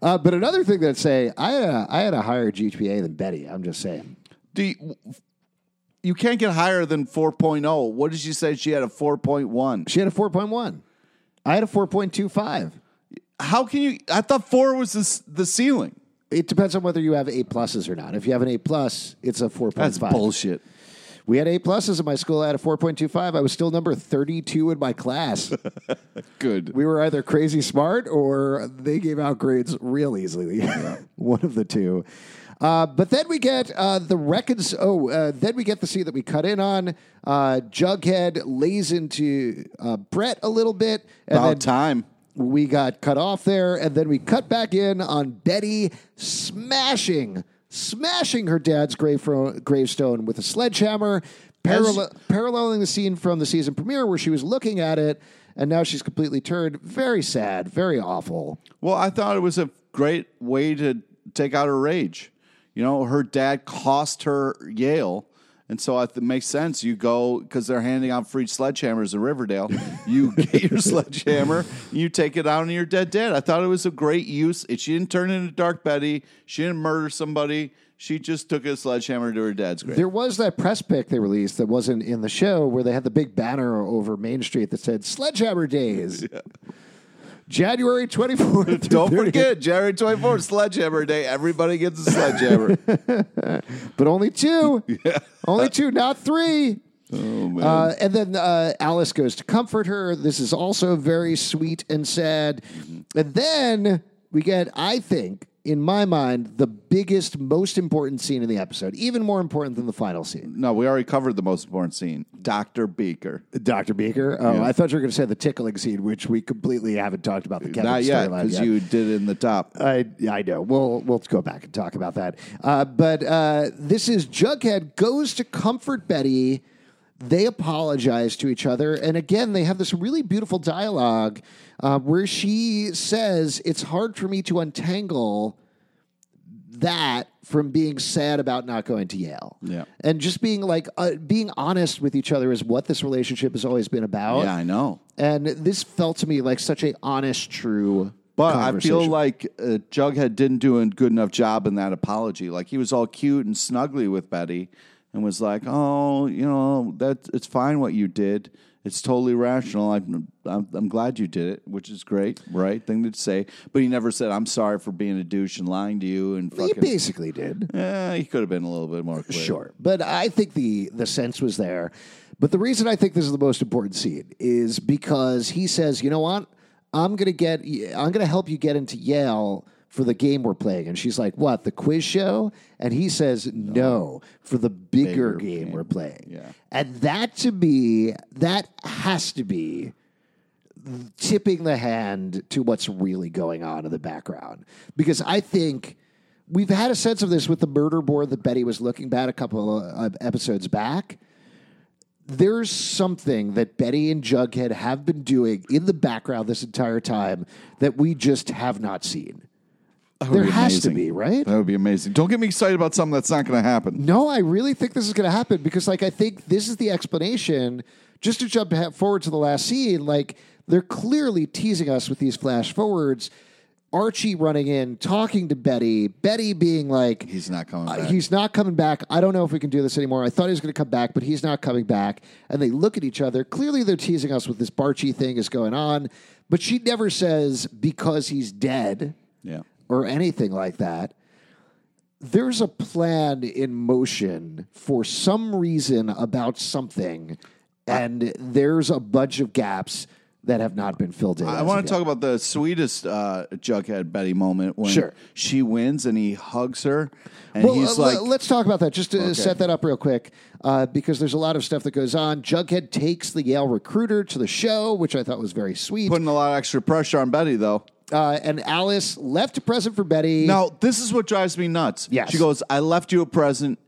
[SPEAKER 1] uh, but another thing that say I had a, I had a higher GPA than Betty. I'm just saying.
[SPEAKER 2] Do you, you can't get higher than 4.0. What did she say? She had a 4.1.
[SPEAKER 1] She had a 4.1. I had a 4.25.
[SPEAKER 2] How can you? I thought 4 was the, s- the ceiling.
[SPEAKER 1] It depends on whether you have A pluses or not. If you have an A plus, it's a 4.5.
[SPEAKER 2] That's bullshit.
[SPEAKER 1] We had A pluses in my school. I had a 4.25. I was still number 32 in my class.
[SPEAKER 2] Good.
[SPEAKER 1] we were either crazy smart or they gave out grades real easily. One of the two. Uh, but then we get uh, the records. Oh, uh, then we get the scene that we cut in on. Uh, Jughead lays into uh, Brett a little bit, and
[SPEAKER 2] About
[SPEAKER 1] then
[SPEAKER 2] time.
[SPEAKER 1] we got cut off there, and then we cut back in on Betty smashing, smashing her dad's grave gravestone with a sledgehammer, parallel paralleling the scene from the season premiere where she was looking at it, and now she's completely turned. Very sad, very awful.
[SPEAKER 2] Well, I thought it was a great way to take out her rage. You know, her dad cost her Yale. And so I th- it makes sense. You go because they're handing out free sledgehammers in Riverdale. You get your sledgehammer, you take it out on your dead dad. I thought it was a great use. It, she didn't turn into Dark Betty. She didn't murder somebody. She just took a sledgehammer to her dad's grave.
[SPEAKER 1] There was that press pic they released that wasn't in the show where they had the big banner over Main Street that said Sledgehammer Days. January 24th. through
[SPEAKER 2] Don't
[SPEAKER 1] 30th.
[SPEAKER 2] forget, January 24th, sledgehammer day. Everybody gets a sledgehammer.
[SPEAKER 1] but only two. Only two, not three.
[SPEAKER 2] oh, man.
[SPEAKER 1] Uh, and then uh, Alice goes to comfort her. This is also very sweet and sad. And then we get, I think, in my mind, the biggest, most important scene in the episode, even more important than the final scene.
[SPEAKER 2] no, we already covered the most important scene Dr. Beaker.
[SPEAKER 1] Dr. Beaker. Oh, I thought you were going to say the tickling scene, which we completely haven't talked about the Kevin
[SPEAKER 2] Not yet,
[SPEAKER 1] storyline
[SPEAKER 2] because
[SPEAKER 1] yet.
[SPEAKER 2] you did it in the top.
[SPEAKER 1] I I know. We'll we'll go back and talk about that. Uh, but uh, this is Jughead goes to comfort Betty. They apologize to each other, and again, they have this really beautiful dialogue uh, where she says, "It's hard for me to untangle that from being sad about not going to Yale."
[SPEAKER 2] Yeah.
[SPEAKER 1] and just being like uh, being honest with each other is what this relationship has always been about.
[SPEAKER 2] Yeah, I know.
[SPEAKER 1] And this felt to me like such a honest, true.
[SPEAKER 2] But I feel
[SPEAKER 1] conversation.
[SPEAKER 2] like uh, Jughead didn't do a good enough job in that apology. Like he was all cute and snuggly with Betty, and was like, "Oh, you know that it's fine what you did. It's totally rational. I'm I'm, I'm glad you did it, which is great, right thing to say." But he never said, "I'm sorry for being a douche and lying to you and
[SPEAKER 1] Well, you
[SPEAKER 2] fucking."
[SPEAKER 1] basically did.
[SPEAKER 2] Eh, he could have been a little bit more clear.
[SPEAKER 1] Sure. But I think the the sense was there. But the reason I think this is the most important scene is because he says, "You know what? I'm going to get I'm going to help you get into Yale for the game we're playing." And she's like, "What? The quiz show?" And he says, "No, for the bigger,
[SPEAKER 2] Bigger
[SPEAKER 1] game,
[SPEAKER 2] game.
[SPEAKER 1] we're playing."
[SPEAKER 2] Yeah.
[SPEAKER 1] And that to be that has to be tipping the hand to what's really going on in the background. Because I think we've had a sense of this with the murder board that Betty was looking at a couple of episodes back. There's something that Betty and Jughead have been doing in the background this entire time that we just have not seen. There
[SPEAKER 2] be
[SPEAKER 1] has to
[SPEAKER 2] amazing.
[SPEAKER 1] be, right?
[SPEAKER 2] That would be amazing. Don't get me excited about something that's not going to happen.
[SPEAKER 1] No, I really think this is going to happen because, like, I think this is the explanation. Just to jump ha- forward to the last scene, like, they're clearly teasing us with these flash forwards. Archie running in, talking to Betty, Betty being like,
[SPEAKER 2] He's not coming
[SPEAKER 1] uh,
[SPEAKER 2] back.
[SPEAKER 1] he's not coming back. I don't know if we can do this anymore. I thought he was going to come back, but he's not coming back. And they look at each other. Clearly, they're teasing us with this Barchi thing is going on, but she never says because he's dead
[SPEAKER 2] yeah.
[SPEAKER 1] or anything like that. There's a plan in motion for some reason about something, and there's a bunch of gaps that have not been filled in.
[SPEAKER 2] I want to talk about the sweetest uh, Jughead Betty moment when
[SPEAKER 1] Sure.
[SPEAKER 2] she wins and he hugs her, and
[SPEAKER 1] Well,
[SPEAKER 2] he's
[SPEAKER 1] uh,
[SPEAKER 2] like,
[SPEAKER 1] le- let's talk about that just to set that up real quick, uh, because there's a lot of stuff that goes on. Jughead takes the Yale recruiter to the show, which I thought was very sweet.
[SPEAKER 2] putting a lot of extra pressure on Betty though.
[SPEAKER 1] uh, and Alice left a present for Betty.
[SPEAKER 2] Now, this is what drives me nuts.
[SPEAKER 1] Yes.
[SPEAKER 2] She goes, I left you a present.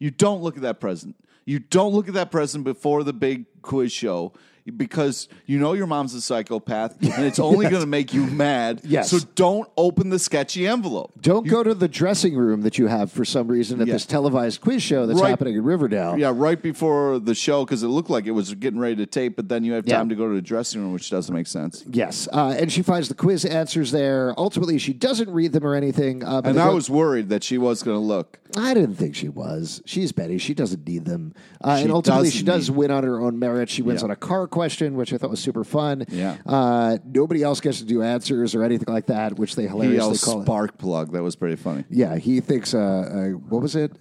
[SPEAKER 2] You don't look at that present. You don't look at that present before the big quiz show because you know your mom's a psychopath and it's only going to make you mad.
[SPEAKER 1] Yes.
[SPEAKER 2] So don't open the sketchy envelope.
[SPEAKER 1] Don't go to the dressing room that you have for some reason at
[SPEAKER 2] Yeah.
[SPEAKER 1] this televised quiz show that's
[SPEAKER 2] Right.
[SPEAKER 1] happening in Riverdale.
[SPEAKER 2] Yeah, right before the show because it looked like it was getting ready to tape, but then you have
[SPEAKER 1] Yeah.
[SPEAKER 2] time to go to the dressing room, which doesn't make sense.
[SPEAKER 1] Yes, uh, and she finds the quiz answers there. Ultimately, she doesn't read them or anything. Uh, but
[SPEAKER 2] And
[SPEAKER 1] they
[SPEAKER 2] I
[SPEAKER 1] go-
[SPEAKER 2] was worried that she was going to look.
[SPEAKER 1] I didn't think she was. She's Betty. She doesn't need them. Uh, and
[SPEAKER 2] She
[SPEAKER 1] ultimately,
[SPEAKER 2] doesn't
[SPEAKER 1] she does
[SPEAKER 2] need-
[SPEAKER 1] win on her own merit. She wins
[SPEAKER 2] Yeah.
[SPEAKER 1] on a car question, which I thought was super fun.
[SPEAKER 2] Yeah.
[SPEAKER 1] Uh, nobody else gets to do answers or anything like that, which they
[SPEAKER 2] He
[SPEAKER 1] hilariously
[SPEAKER 2] yelled
[SPEAKER 1] call it.
[SPEAKER 2] E spark plug. That was pretty funny.
[SPEAKER 1] Yeah, he thinks. Uh, uh, what was it?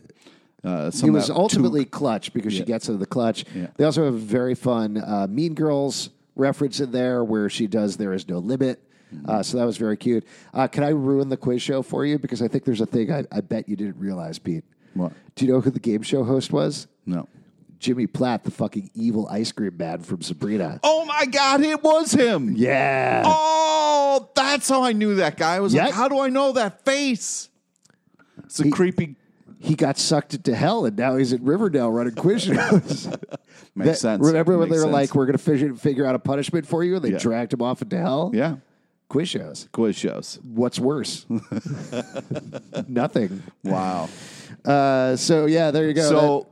[SPEAKER 2] Uh,
[SPEAKER 1] He was ultimately clutch because she gets into the clutch.
[SPEAKER 2] Yeah.
[SPEAKER 1] They also have a very fun uh, Mean Girls reference in there where she does "There Is No Limit."
[SPEAKER 2] Mm-hmm.
[SPEAKER 1] Uh, so that was very cute. Uh, can I ruin the quiz show for you because I think there's a thing I, I bet you didn't realize, Pete.
[SPEAKER 2] What?
[SPEAKER 1] Do you know who the game show host was?
[SPEAKER 2] no.
[SPEAKER 1] Jimmy Platt, the fucking evil ice cream man from Sabrina.
[SPEAKER 2] Oh my God, it was him.
[SPEAKER 1] Yeah.
[SPEAKER 2] Oh, that's how I knew that guy. I was
[SPEAKER 1] Yeah.
[SPEAKER 2] like, how do I know that face? It's a creepy.
[SPEAKER 1] He got sucked into hell and now he's in Riverdale running quiz shows.
[SPEAKER 2] Makes
[SPEAKER 1] That-
[SPEAKER 2] sense.
[SPEAKER 1] Remember when
[SPEAKER 2] Makes
[SPEAKER 1] they were
[SPEAKER 2] sense.
[SPEAKER 1] like, we're going to figure, figure out a punishment for you and they
[SPEAKER 2] Yeah.
[SPEAKER 1] dragged him off into hell?
[SPEAKER 2] yeah,
[SPEAKER 1] Quiz shows.
[SPEAKER 2] quiz shows.
[SPEAKER 1] What's worse? Nothing.
[SPEAKER 2] Wow.
[SPEAKER 1] Uh, so, yeah, there you go.
[SPEAKER 2] so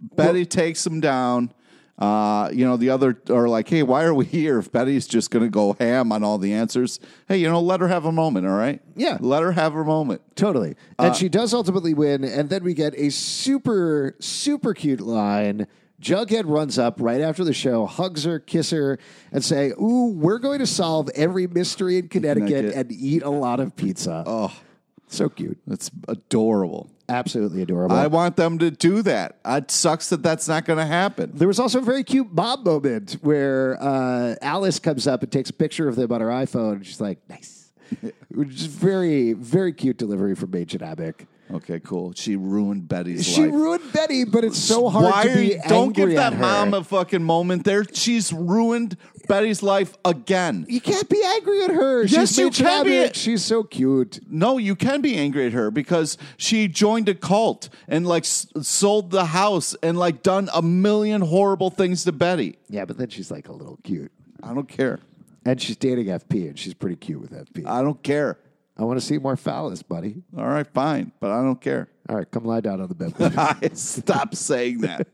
[SPEAKER 2] Betty takes him down. Uh, you know, the other are like, hey, why are we here if Betty's just going to go ham on all the answers? Hey, you know, let her have a moment, all right?
[SPEAKER 1] Yeah.
[SPEAKER 2] Let her have her moment.
[SPEAKER 1] Totally.
[SPEAKER 2] uh,
[SPEAKER 1] And she does ultimately win. And then we get a super, super cute line. Jughead runs up right after the show, hugs her, kiss her, and say, Ooh, we're going to solve every mystery in Connecticut,
[SPEAKER 2] Connecticut.
[SPEAKER 1] and eat a lot of pizza. Oh. So cute.
[SPEAKER 2] That's adorable.
[SPEAKER 1] Absolutely adorable.
[SPEAKER 2] I want them to do that. It sucks that that's not going to happen.
[SPEAKER 1] There was also a very cute mom moment where uh, Alice comes up and takes a picture of them on her iPhone. And she's like, nice. Which is very, very cute delivery from Major Abic.
[SPEAKER 2] Okay, cool. She ruined Betty's
[SPEAKER 1] She
[SPEAKER 2] life.
[SPEAKER 1] ruined Betty, but it's so hard
[SPEAKER 2] Why
[SPEAKER 1] to
[SPEAKER 2] are
[SPEAKER 1] be
[SPEAKER 2] you, don't give
[SPEAKER 1] angry
[SPEAKER 2] that
[SPEAKER 1] at her.
[SPEAKER 2] mom a fucking moment there? She's ruined Betty's life again.
[SPEAKER 1] You can't be angry at her.
[SPEAKER 2] Yes,
[SPEAKER 1] She's
[SPEAKER 2] you
[SPEAKER 1] Mitch
[SPEAKER 2] can be.
[SPEAKER 1] Hedberg. She's so cute.
[SPEAKER 2] No, you can be angry at her because she joined a cult and like s- sold the house and like done a million horrible things to Betty.
[SPEAKER 1] Yeah, but then she's like a little cute.
[SPEAKER 2] I don't care.
[SPEAKER 1] And she's dating FP, and she's pretty cute with FP.
[SPEAKER 2] I don't care.
[SPEAKER 1] I want to see more phallus, buddy.
[SPEAKER 2] All right, fine, but I don't care.
[SPEAKER 1] All right, come lie down on the bed. with me.
[SPEAKER 2] Stop saying that.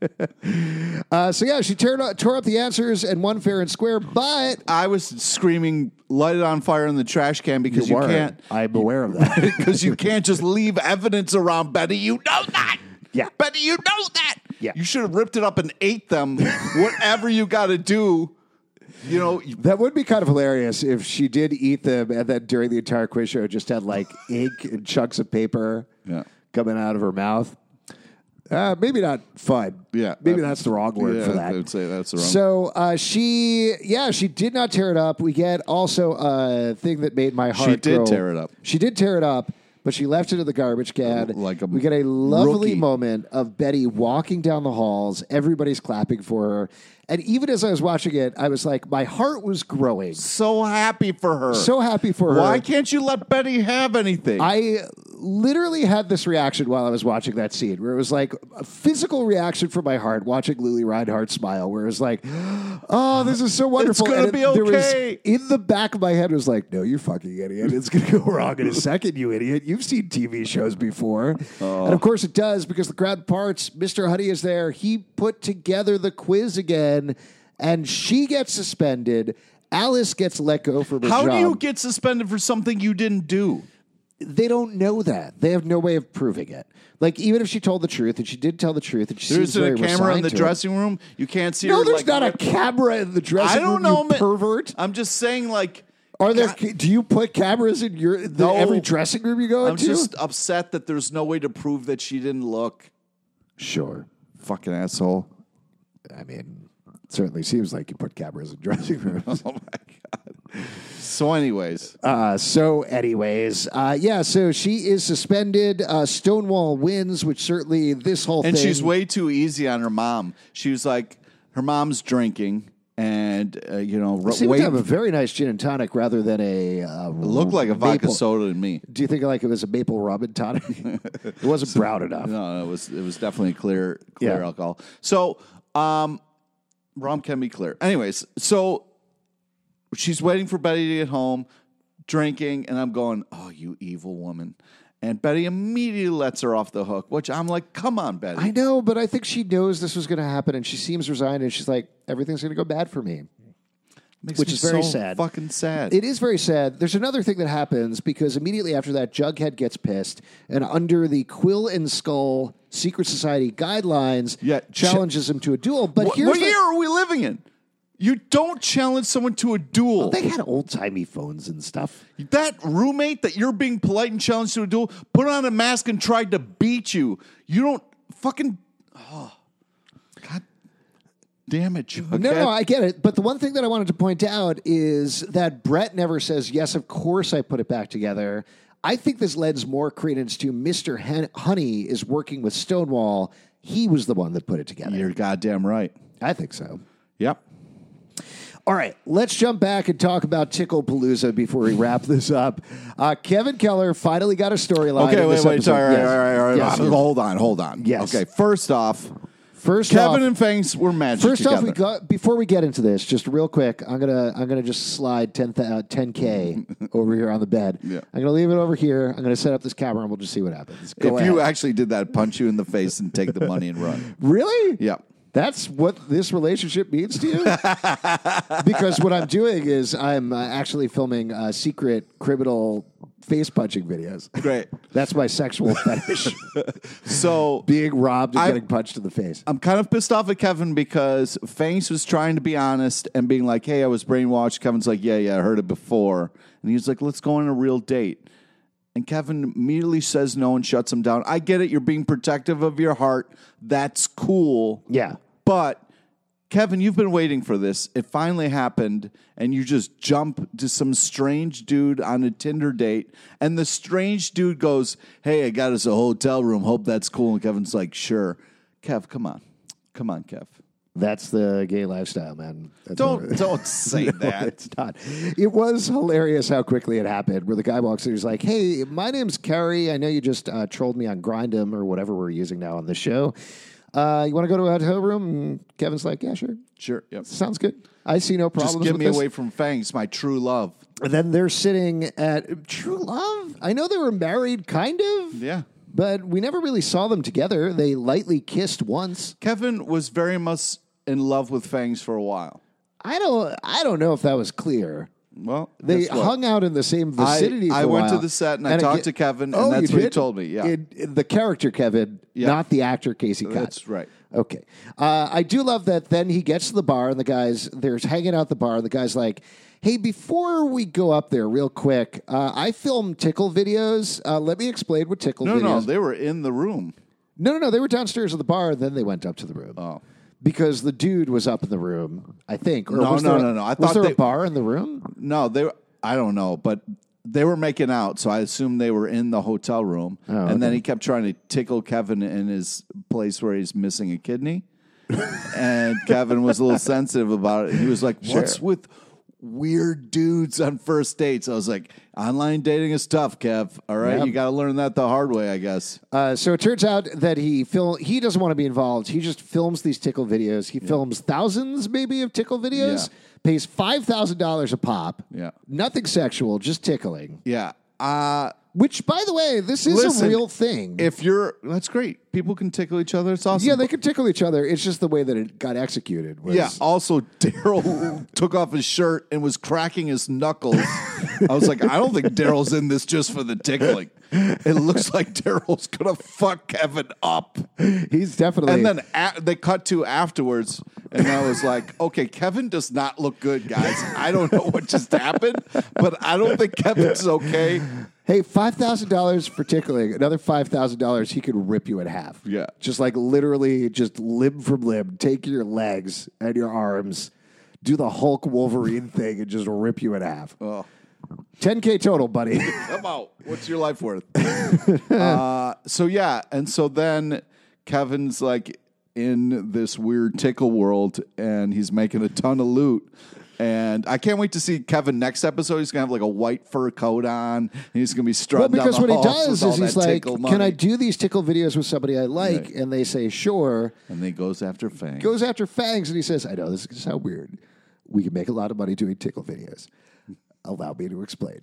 [SPEAKER 1] uh, so yeah, she tore, up- tore up the answers and won fair and square, but
[SPEAKER 2] I was screaming, "Light it on fire in the trash can!" Because you, can't,
[SPEAKER 1] I'm aware of that.
[SPEAKER 2] because you can't just leave evidence around Betty. You know that.
[SPEAKER 1] Yeah.
[SPEAKER 2] Betty, you know that.
[SPEAKER 1] Yeah.
[SPEAKER 2] You should have ripped it up and ate them. Whatever you got to do. You know,
[SPEAKER 1] that would be kind of hilarious if she did eat them, and then during the entire quiz show, just had like ink and chunks of paper
[SPEAKER 2] Yeah.
[SPEAKER 1] coming out of her mouth. Uh, maybe not fun.
[SPEAKER 2] Yeah,
[SPEAKER 1] maybe
[SPEAKER 2] that-
[SPEAKER 1] that's the wrong word
[SPEAKER 2] yeah,
[SPEAKER 1] for that.
[SPEAKER 2] I would say that's the wrong
[SPEAKER 1] So uh, she, yeah, she did not tear it up. We get also a thing that made my heart.
[SPEAKER 2] did
[SPEAKER 1] grow.
[SPEAKER 2] tear it up.
[SPEAKER 1] She did tear it up, but she left it in the garbage can.
[SPEAKER 2] Like a
[SPEAKER 1] we get a lovely
[SPEAKER 2] rookie.
[SPEAKER 1] moment of Betty walking down the halls. Everybody's clapping for her, and even as I was watching it, I was like, my heart was growing.
[SPEAKER 2] so happy for her.
[SPEAKER 1] So happy for her.
[SPEAKER 2] Why can't you let Betty have anything?
[SPEAKER 1] I literally had this reaction while I was watching that scene, where it was like a physical reaction from my heart watching Lily Reinhardt smile, where it was like, "Oh, this is so wonderful."
[SPEAKER 2] gonna
[SPEAKER 1] And it-
[SPEAKER 2] be
[SPEAKER 1] there was-
[SPEAKER 2] okay.
[SPEAKER 1] in the back of my head was like, "No, you fucking idiot! It's gonna go wrong in a second, you idiot! You've seen TV shows before."
[SPEAKER 2] Oh.
[SPEAKER 1] And of course, it does because the crowd parts. Mister Huddy is there. He put together the quiz again, and she gets suspended. Alice gets let go from her
[SPEAKER 2] How
[SPEAKER 1] job.
[SPEAKER 2] do you get suspended for something you didn't do?
[SPEAKER 1] they don't know that. They have no way of proving it. Like even if she told the truth, and she did tell the truth, and she
[SPEAKER 2] There's
[SPEAKER 1] seems very
[SPEAKER 2] a camera in
[SPEAKER 1] resigned
[SPEAKER 2] the
[SPEAKER 1] to it.
[SPEAKER 2] dressing room. You can't see
[SPEAKER 1] No,
[SPEAKER 2] her.
[SPEAKER 1] there's
[SPEAKER 2] like,
[SPEAKER 1] not a
[SPEAKER 2] look-
[SPEAKER 1] camera in the
[SPEAKER 2] I
[SPEAKER 1] dressing
[SPEAKER 2] don't
[SPEAKER 1] room.
[SPEAKER 2] know,
[SPEAKER 1] you
[SPEAKER 2] man.
[SPEAKER 1] pervert.
[SPEAKER 2] I'm just saying, like,
[SPEAKER 1] Are there? Do you put cameras in your the,
[SPEAKER 2] No.
[SPEAKER 1] every dressing room you go
[SPEAKER 2] I'm
[SPEAKER 1] into?
[SPEAKER 2] just upset that there's no way to prove that she didn't look.
[SPEAKER 1] sure.
[SPEAKER 2] Fucking asshole.
[SPEAKER 1] I mean, it certainly seems like you put cameras in dressing rooms.
[SPEAKER 2] Oh my god. So, anyways,
[SPEAKER 1] Uh, so, anyways, uh, yeah. So she is suspended. Uh, Stonewall wins, which certainly this whole
[SPEAKER 2] and
[SPEAKER 1] thing.
[SPEAKER 2] she's way too easy on her mom. She was like, her mom's drinking, and uh, you know, r-
[SPEAKER 1] seemed
[SPEAKER 2] wait,
[SPEAKER 1] to have a very nice gin and tonic rather than a uh,
[SPEAKER 2] looked like a vodka
[SPEAKER 1] maple-
[SPEAKER 2] soda to me.
[SPEAKER 1] Do you think like it was a maple rum and tonic? it wasn't brown enough.
[SPEAKER 2] No, it was it was definitely clear clear
[SPEAKER 1] Yeah.
[SPEAKER 2] alcohol. So, um, rum can be clear. Anyways, so she's waiting for Betty to get home, drinking, and I'm going, "Oh, you evil woman!" And Betty immediately lets her off the hook, which I'm like, "Come on, Betty."
[SPEAKER 1] I know, but I think she knows this was going to happen, and she seems resigned, and she's like, "Everything's going to go bad for me."
[SPEAKER 2] Makes
[SPEAKER 1] which
[SPEAKER 2] me
[SPEAKER 1] is very
[SPEAKER 2] so
[SPEAKER 1] sad.
[SPEAKER 2] Fucking sad.
[SPEAKER 1] It is very sad. There's another thing that happens because immediately after that, Jughead gets pissed, and under the Quill and Skull Secret Society guidelines,
[SPEAKER 2] Yeah, ch-
[SPEAKER 1] challenges him to a duel. But
[SPEAKER 2] what
[SPEAKER 1] here's
[SPEAKER 2] what
[SPEAKER 1] the-
[SPEAKER 2] year are we living in? You don't challenge someone to a duel.
[SPEAKER 1] they had old timey phones and stuff.
[SPEAKER 2] That roommate that you're being polite and challenged to a duel put on a mask and tried to beat you. You don't fucking. Oh, God damn it, Jughead.
[SPEAKER 1] No, no, I get it. But the one thing that I wanted to point out is that Brett never says, yes, of course I put it back together. I think this lends more credence to Mr. Hen- Honey is working with Stonewall. He was the one that put it together.
[SPEAKER 2] You're goddamn right.
[SPEAKER 1] I think so.
[SPEAKER 2] Yep.
[SPEAKER 1] All right, let's jump back and talk about Tickle Palooza before we wrap this up. Uh, Kevin Keller finally got a storyline.
[SPEAKER 2] Okay,
[SPEAKER 1] in
[SPEAKER 2] wait,
[SPEAKER 1] this
[SPEAKER 2] wait.
[SPEAKER 1] episode.
[SPEAKER 2] Sorry,
[SPEAKER 1] Yes.
[SPEAKER 2] all right, all right, all right.
[SPEAKER 1] Yes, yes.
[SPEAKER 2] Hold on, hold on.
[SPEAKER 1] Yes.
[SPEAKER 2] Okay, first off,
[SPEAKER 1] First
[SPEAKER 2] Kevin
[SPEAKER 1] off,
[SPEAKER 2] and Fangs were magic
[SPEAKER 1] First
[SPEAKER 2] together.
[SPEAKER 1] off, we got before we get into this, just real quick, I'm gonna I'm gonna just slide 10 10 k over here on the bed.
[SPEAKER 2] Yeah.
[SPEAKER 1] I'm gonna leave it over here. I'm gonna set up this camera and we'll just see what happens. Go
[SPEAKER 2] if you
[SPEAKER 1] ahead.
[SPEAKER 2] actually did that, punch you in the face and take the money and run.
[SPEAKER 1] really,
[SPEAKER 2] Yeah.
[SPEAKER 1] that's what this relationship means to you. because what I'm doing is I'm uh, actually filming uh, secret criminal face punching videos.
[SPEAKER 2] Great.
[SPEAKER 1] That's my sexual fetish:
[SPEAKER 2] So
[SPEAKER 1] being robbed and
[SPEAKER 2] I-
[SPEAKER 1] getting punched in the face.
[SPEAKER 2] I'm kind of pissed off at Kevin because Fangs was trying to be honest and being like, "Hey, I was brainwashed." Kevin's like, "Yeah, yeah, I heard it before," and he's like, "Let's go on a real date." And Kevin immediately says no and shuts him down. I get it; you're being protective of your heart. That's cool.
[SPEAKER 1] Yeah.
[SPEAKER 2] but Kevin, you've been waiting for this. It finally happened, and you just jump to some strange dude on a Tinder date, and the strange dude goes, "Hey, I got us a hotel room. Hope that's cool." And Kevin's like, "Sure, Kev, come on, come on, Kev."
[SPEAKER 1] That's the gay lifestyle, man. That's what
[SPEAKER 2] Don't don't say that.
[SPEAKER 1] it's not. It was hilarious how quickly it happened. Where the guy walks in, he's like, "Hey, my name's Carrie. I know you just uh, trolled me on Grindem or whatever we're using now on the show. Uh, you want to go to a hotel room?" And Kevin's like, "Yeah, sure.
[SPEAKER 2] Sure, yep.
[SPEAKER 1] Sounds good. I see no problems
[SPEAKER 2] Just get
[SPEAKER 1] with
[SPEAKER 2] me
[SPEAKER 1] this."
[SPEAKER 2] away from Fangs, my true love.
[SPEAKER 1] And then they're sitting at True Love. I know they were married, kind of.
[SPEAKER 2] Yeah.
[SPEAKER 1] But we never really saw them together. They lightly kissed once.
[SPEAKER 2] Kevin was very much in love with Fangs for a while.
[SPEAKER 1] I don't. I don't know if that was clear.
[SPEAKER 2] Well,
[SPEAKER 1] They
[SPEAKER 2] guess what?
[SPEAKER 1] hung out in the same vicinity.
[SPEAKER 2] I
[SPEAKER 1] for a
[SPEAKER 2] went to
[SPEAKER 1] while. Oh,
[SPEAKER 2] the set and I talked to Kevin, and that's
[SPEAKER 1] you
[SPEAKER 2] what he
[SPEAKER 1] did?
[SPEAKER 2] told me, yeah.
[SPEAKER 1] In- in the character Kevin, not the actor Casey Cott.
[SPEAKER 2] That's right.
[SPEAKER 1] Okay, uh, I do love that. Then he gets to the bar, and the guys they're hanging out at the bar, and the guys like, "Hey, before we go up there, real quick, uh, I film tickle videos. Uh, let me explain what tickle
[SPEAKER 2] No,
[SPEAKER 1] videos.
[SPEAKER 2] no, they were in the room.
[SPEAKER 1] No, no, no. They were downstairs at the bar, and then they went up to the room.
[SPEAKER 2] Oh.
[SPEAKER 1] Because the dude was up in the room, I think. Or
[SPEAKER 2] No,
[SPEAKER 1] was
[SPEAKER 2] no,
[SPEAKER 1] there-
[SPEAKER 2] no, no. I
[SPEAKER 1] was
[SPEAKER 2] thought
[SPEAKER 1] there
[SPEAKER 2] they-
[SPEAKER 1] a bar in the room?
[SPEAKER 2] No, they. Were, I don't know, but they were making out, so I assume they were in the hotel room.
[SPEAKER 1] Oh,
[SPEAKER 2] and then he kept trying to tickle Kevin in his place where he's missing a kidney, and Kevin was a little sensitive about it. He was like, "What's with weird dudes on first dates?" I was like, "Online dating is tough, Kev. All right,
[SPEAKER 1] Yeah.
[SPEAKER 2] you got to learn that the hard way, I guess."
[SPEAKER 1] Uh, so it turns out that he fil- he doesn't want to be involved. He just films these tickle videos. He films thousands, maybe, of tickle videos.
[SPEAKER 2] Yeah.
[SPEAKER 1] Pays five thousand dollars a pop.
[SPEAKER 2] Yeah.
[SPEAKER 1] nothing sexual, just tickling.
[SPEAKER 2] yeah. Uh,
[SPEAKER 1] Which, by the way, this is
[SPEAKER 2] Listen,
[SPEAKER 1] a real thing.
[SPEAKER 2] If you're, that's great. People can tickle each other. It's awesome.
[SPEAKER 1] yeah, they could tickle each other. It's just the way that it got executed. Was,
[SPEAKER 2] Yeah. Also, Daryl took off his shirt and was cracking his knuckles. I was like, I don't think Daryl's in this just for the tickling. It looks like Daryl's gonna fuck Kevin up.
[SPEAKER 1] he's definitely.
[SPEAKER 2] And then a- they cut to afterwards, and I was like, okay, Kevin does not look good, guys. I don't know what just happened, but I don't think Kevin's okay.
[SPEAKER 1] Hey, five thousand dollars for tickling. Another five thousand dollars, he could rip you in half.
[SPEAKER 2] Yeah.
[SPEAKER 1] just like literally, just limb from limb, take your legs and your arms, do the Hulk Wolverine thing, and just rip you in half.
[SPEAKER 2] Oh.
[SPEAKER 1] Ten k total, buddy.
[SPEAKER 2] Come out. What's your life worth? uh, so yeah, and so then Kevin's like in this weird tickle world, and he's making a ton of loot. And I can't wait to see Kevin next episode. He's gonna have like a white fur coat on, and he's gonna be
[SPEAKER 1] well,
[SPEAKER 2] strutting.
[SPEAKER 1] because
[SPEAKER 2] down
[SPEAKER 1] what
[SPEAKER 2] the
[SPEAKER 1] he
[SPEAKER 2] halls
[SPEAKER 1] does
[SPEAKER 2] with all
[SPEAKER 1] is he's
[SPEAKER 2] that
[SPEAKER 1] like,
[SPEAKER 2] tickle
[SPEAKER 1] "Can I
[SPEAKER 2] money."
[SPEAKER 1] do these tickle videos with somebody I like?"
[SPEAKER 2] Right.
[SPEAKER 1] And they say, "Sure."
[SPEAKER 2] And then he goes after Fang.
[SPEAKER 1] Goes after Fangs, and he says, "I know this is how weird. We can make a lot of money doing tickle videos." Allow me to explain.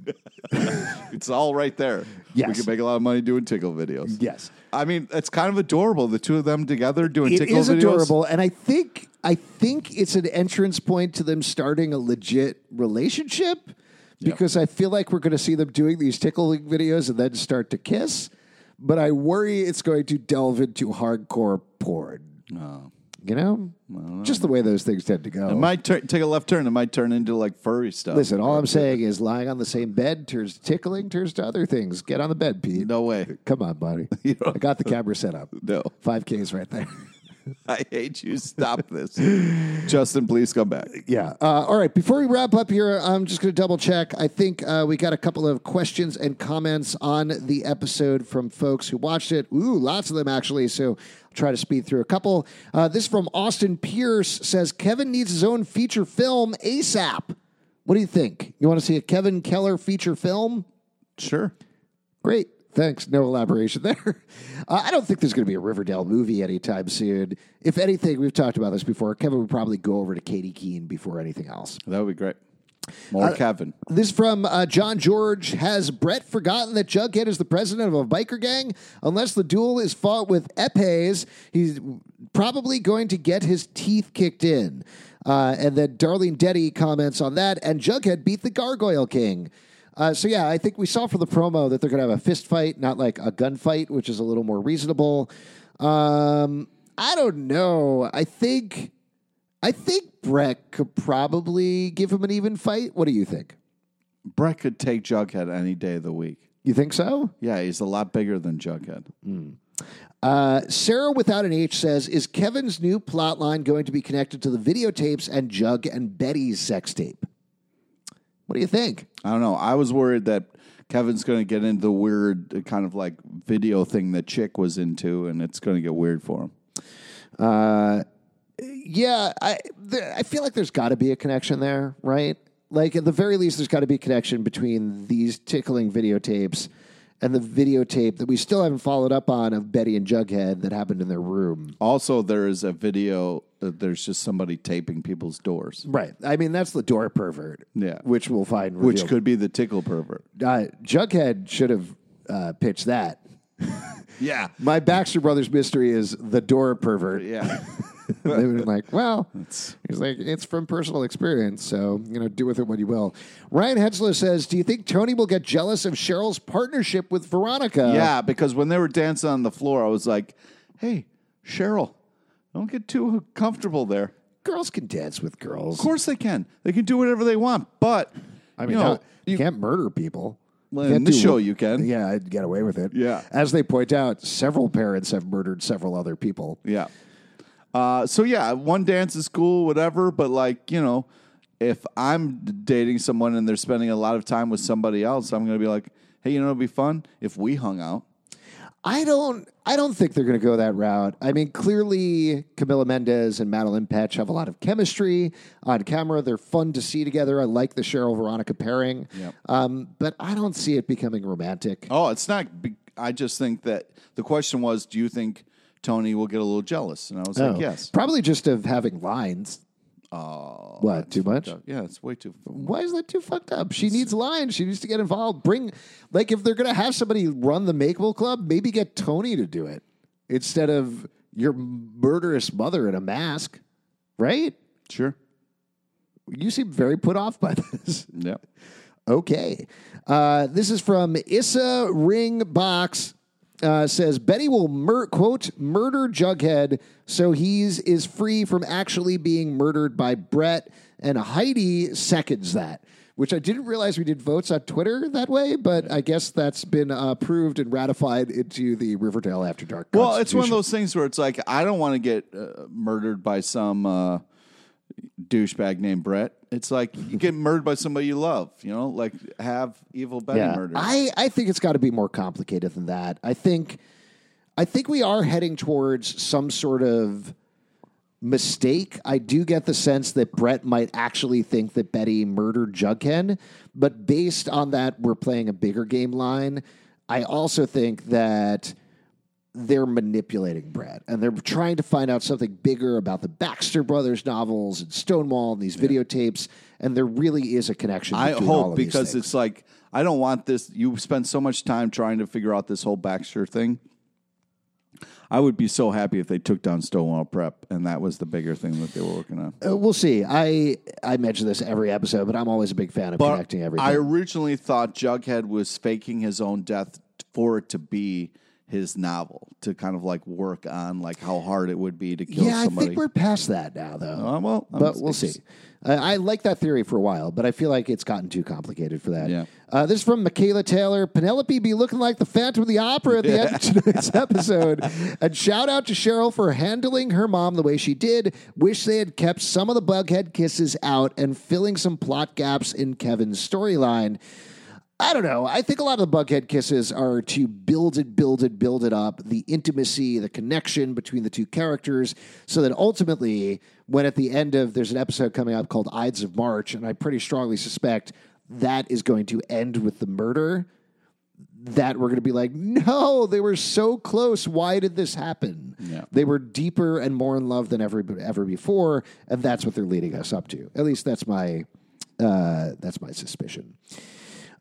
[SPEAKER 2] it's all right there. we
[SPEAKER 1] Yes.
[SPEAKER 2] can make a lot of money doing tickle videos.
[SPEAKER 1] Yes.
[SPEAKER 2] I mean it's kind of adorable. The two of them together doing
[SPEAKER 1] It
[SPEAKER 2] tickle
[SPEAKER 1] is
[SPEAKER 2] videos.
[SPEAKER 1] adorable, and I think I think it's an entrance point to them starting a legit relationship because I feel like we're going to see them doing these tickling videos and then start to kiss. But I worry it's going to delve into hardcore porn.
[SPEAKER 2] Oh.
[SPEAKER 1] You know, just the way those things tend to
[SPEAKER 2] It
[SPEAKER 1] go.
[SPEAKER 2] might tur- take a left turn. It might turn into like furry stuff.
[SPEAKER 1] Listen, all I'm saying is lying on the same bed turns to tickling, turns to other things. Get on the bed, Pete.
[SPEAKER 2] no way.
[SPEAKER 1] Come on, buddy.
[SPEAKER 2] You don't-
[SPEAKER 1] I got the camera set up.
[SPEAKER 2] No.
[SPEAKER 1] Five Ks right there.
[SPEAKER 2] I hate you. Stop this. Justin, please come back.
[SPEAKER 1] Yeah. Uh, all right. Before we wrap up here, I'm just going to double check. I think uh, we got a couple of questions and comments on the episode from folks who watched it. Ooh, lots of them actually. So I'll try to speed through a couple. Uh, this from Austin Pierce says Kevin needs his own feature film ASAP. What do you think? You want to see a Kevin Keller feature film?
[SPEAKER 2] Sure.
[SPEAKER 1] Great. Thanks. No elaboration there. Uh, I don't think there's going to be a Riverdale movie anytime soon. If anything, we've talked about this before. Kevin would probably go over to Katie Keene before anything else.
[SPEAKER 2] That would be great. More Kevin.
[SPEAKER 1] This from uh, John George. Has Brett forgotten that Jughead is the president of a biker gang? Unless the duel is fought with epes, he's probably going to get his teeth kicked in. Uh, and then Darlene Deddy comments on that, and Jughead beat the Gargoyle King. Uh, so yeah, I think we saw for the promo that they're going to have a fist fight, not like a gunfight, which is a little more reasonable. Um, I don't know. I think. I think Brett could probably give him an even fight. What do you think?
[SPEAKER 2] Brett could take Jughead any day of the week.
[SPEAKER 1] You think so?
[SPEAKER 2] Yeah, he's a lot bigger than Jughead.
[SPEAKER 1] Uh, Sarah without an H says, "Is Kevin's new plot line going to be connected to the videotapes and Jug and Betty's sex tape?" What do you think?
[SPEAKER 2] I don't know. I was worried that Kevin's going to get into the weird uh, kind of like video thing that Chick was into, and it's going to get weird for him.
[SPEAKER 1] Yeah, I there, I feel like there's got to be a connection there, right? Like at the very least, there's got to be a connection between these tickling videotapes and the videotape that we still haven't followed up on of Betty and Jughead that happened in their room.
[SPEAKER 2] Also, there is a video that there's just somebody taping people's doors,
[SPEAKER 1] Right. I mean, that's the door pervert.
[SPEAKER 2] Yeah.
[SPEAKER 1] Which we'll find.
[SPEAKER 2] which
[SPEAKER 1] revealed.
[SPEAKER 2] could be the tickle pervert.
[SPEAKER 1] Uh, Jughead should have uh, pitched that.
[SPEAKER 2] Yeah.
[SPEAKER 1] My Baxter Brothers mystery is the door pervert.
[SPEAKER 2] Yeah.
[SPEAKER 1] they would have been like, well, he's like, it's from personal experience, so you know, do with it what you will. Ryan Hensler says, "Do you think Tony will get jealous of Cheryl's partnership with Veronica?"
[SPEAKER 2] Yeah, because when they were dancing on the floor, I was like, "Hey, Cheryl, don't get too comfortable there. Of
[SPEAKER 1] girls can dance with girls.
[SPEAKER 2] course they can. They can do whatever they want, but
[SPEAKER 1] I mean,
[SPEAKER 2] you know,
[SPEAKER 1] how- you
[SPEAKER 2] you,
[SPEAKER 1] can't murder people.
[SPEAKER 2] Well,
[SPEAKER 1] You can't
[SPEAKER 2] in this
[SPEAKER 1] do-
[SPEAKER 2] show you can.
[SPEAKER 1] Yeah, I'd get away with it.
[SPEAKER 2] Yeah.
[SPEAKER 1] As they point out, several parents have murdered several other people.
[SPEAKER 2] yeah. Uh, so yeah, one dance is cool, whatever. But like, you know, if I'm dating someone and they're spending a lot of time with somebody else, I'm gonna be like, "Hey, you know, it'd be fun if we hung out."
[SPEAKER 1] I don't I don't think they're going to go that route. I mean, clearly Camila Mendez and Madeline Petch have a lot of chemistry on camera. They're fun to see together. I like the Cheryl Veronica pairing.
[SPEAKER 2] Yep.
[SPEAKER 1] Um, but I don't see it becoming romantic.
[SPEAKER 2] Oh, it's not. be- I just think that the question was, do you think Tony will get a little jealous? And I was
[SPEAKER 1] No.
[SPEAKER 2] like, yes.
[SPEAKER 1] Probably just of having lines.
[SPEAKER 2] Oh,
[SPEAKER 1] What? Too much?
[SPEAKER 2] yeah, it's way too.
[SPEAKER 1] Why is that too fucked up? She needs lines. She needs to get involved. Bring, like, if they're going to have somebody run the Makeable Club, maybe get Tony to do it instead of your murderous mother in a mask, right?
[SPEAKER 2] Sure.
[SPEAKER 1] You seem very put off by this.
[SPEAKER 2] Yep.
[SPEAKER 1] Okay. Uh, this is from Issa Ringbox. Uh, says Betty will mur- quote murder Jughead, so he's is free from actually being murdered by Brett, and Heidi seconds that, which I didn't realize we did votes on Twitter that way, but I guess that's been uh, approved and ratified into the Riverdale After Dark.
[SPEAKER 2] Well, it's one of
[SPEAKER 1] Constitution.
[SPEAKER 2] those things where it's like I don't want to get uh, murdered by some uh, douchebag named Brett. It's like you get murdered by somebody you love. You know, like have evil Betty murdered.
[SPEAKER 1] I, I think it's got to be more complicated than that. I think I think we are heading towards some sort of mistake. I do get the sense that Brett might actually think that Betty murdered Jughead, but based on that, we're playing a bigger game line. I also think that they're manipulating Brett and they're trying to find out something bigger about the Baxter Brothers novels and Stonewall and these videotapes. And there really is a connection.
[SPEAKER 2] I
[SPEAKER 1] between all
[SPEAKER 2] hope
[SPEAKER 1] of these
[SPEAKER 2] because
[SPEAKER 1] things.
[SPEAKER 2] it's like I don't want this. You spend so much time trying to figure out this whole Baxter thing. I would be so happy if they took down Stonewall Prep, and that was the bigger thing that they were working on.
[SPEAKER 1] Uh, we'll see. I I mention this every episode, but I'm always a big fan of connecting everything.
[SPEAKER 2] I originally thought Jughead was faking his own death for it to be his novel to kind of like work on like how hard it would be to kill
[SPEAKER 1] yeah,
[SPEAKER 2] somebody.
[SPEAKER 1] I think we're past that now, though.
[SPEAKER 2] Uh, well, I'm-
[SPEAKER 1] but we'll see. I, I like that theory for a while, but I feel like it's gotten too complicated for that.
[SPEAKER 2] Yeah.
[SPEAKER 1] Uh, this is from Michaela Taylor. Penelope be looking like the Phantom of the Opera at the end of tonight's episode. And shout out to Cheryl for handling her mom the way she did. Wish they had kept some of the Bughead kisses out and filling some plot gaps in Kevin's storyline. I don't know. I think a lot of the Bughead kisses are to build it, build it, build it up, the intimacy, the connection between the two characters, so that ultimately, when at the end of there's an episode coming up called Ides of March, and I pretty strongly suspect that is going to end with the murder, that we're going to be like, no, they were so close. Why did this happen?
[SPEAKER 2] Yeah.
[SPEAKER 1] They were deeper and more in love than ever ever before, and that's what they're leading us up to. At least that's my uh, that's my suspicion.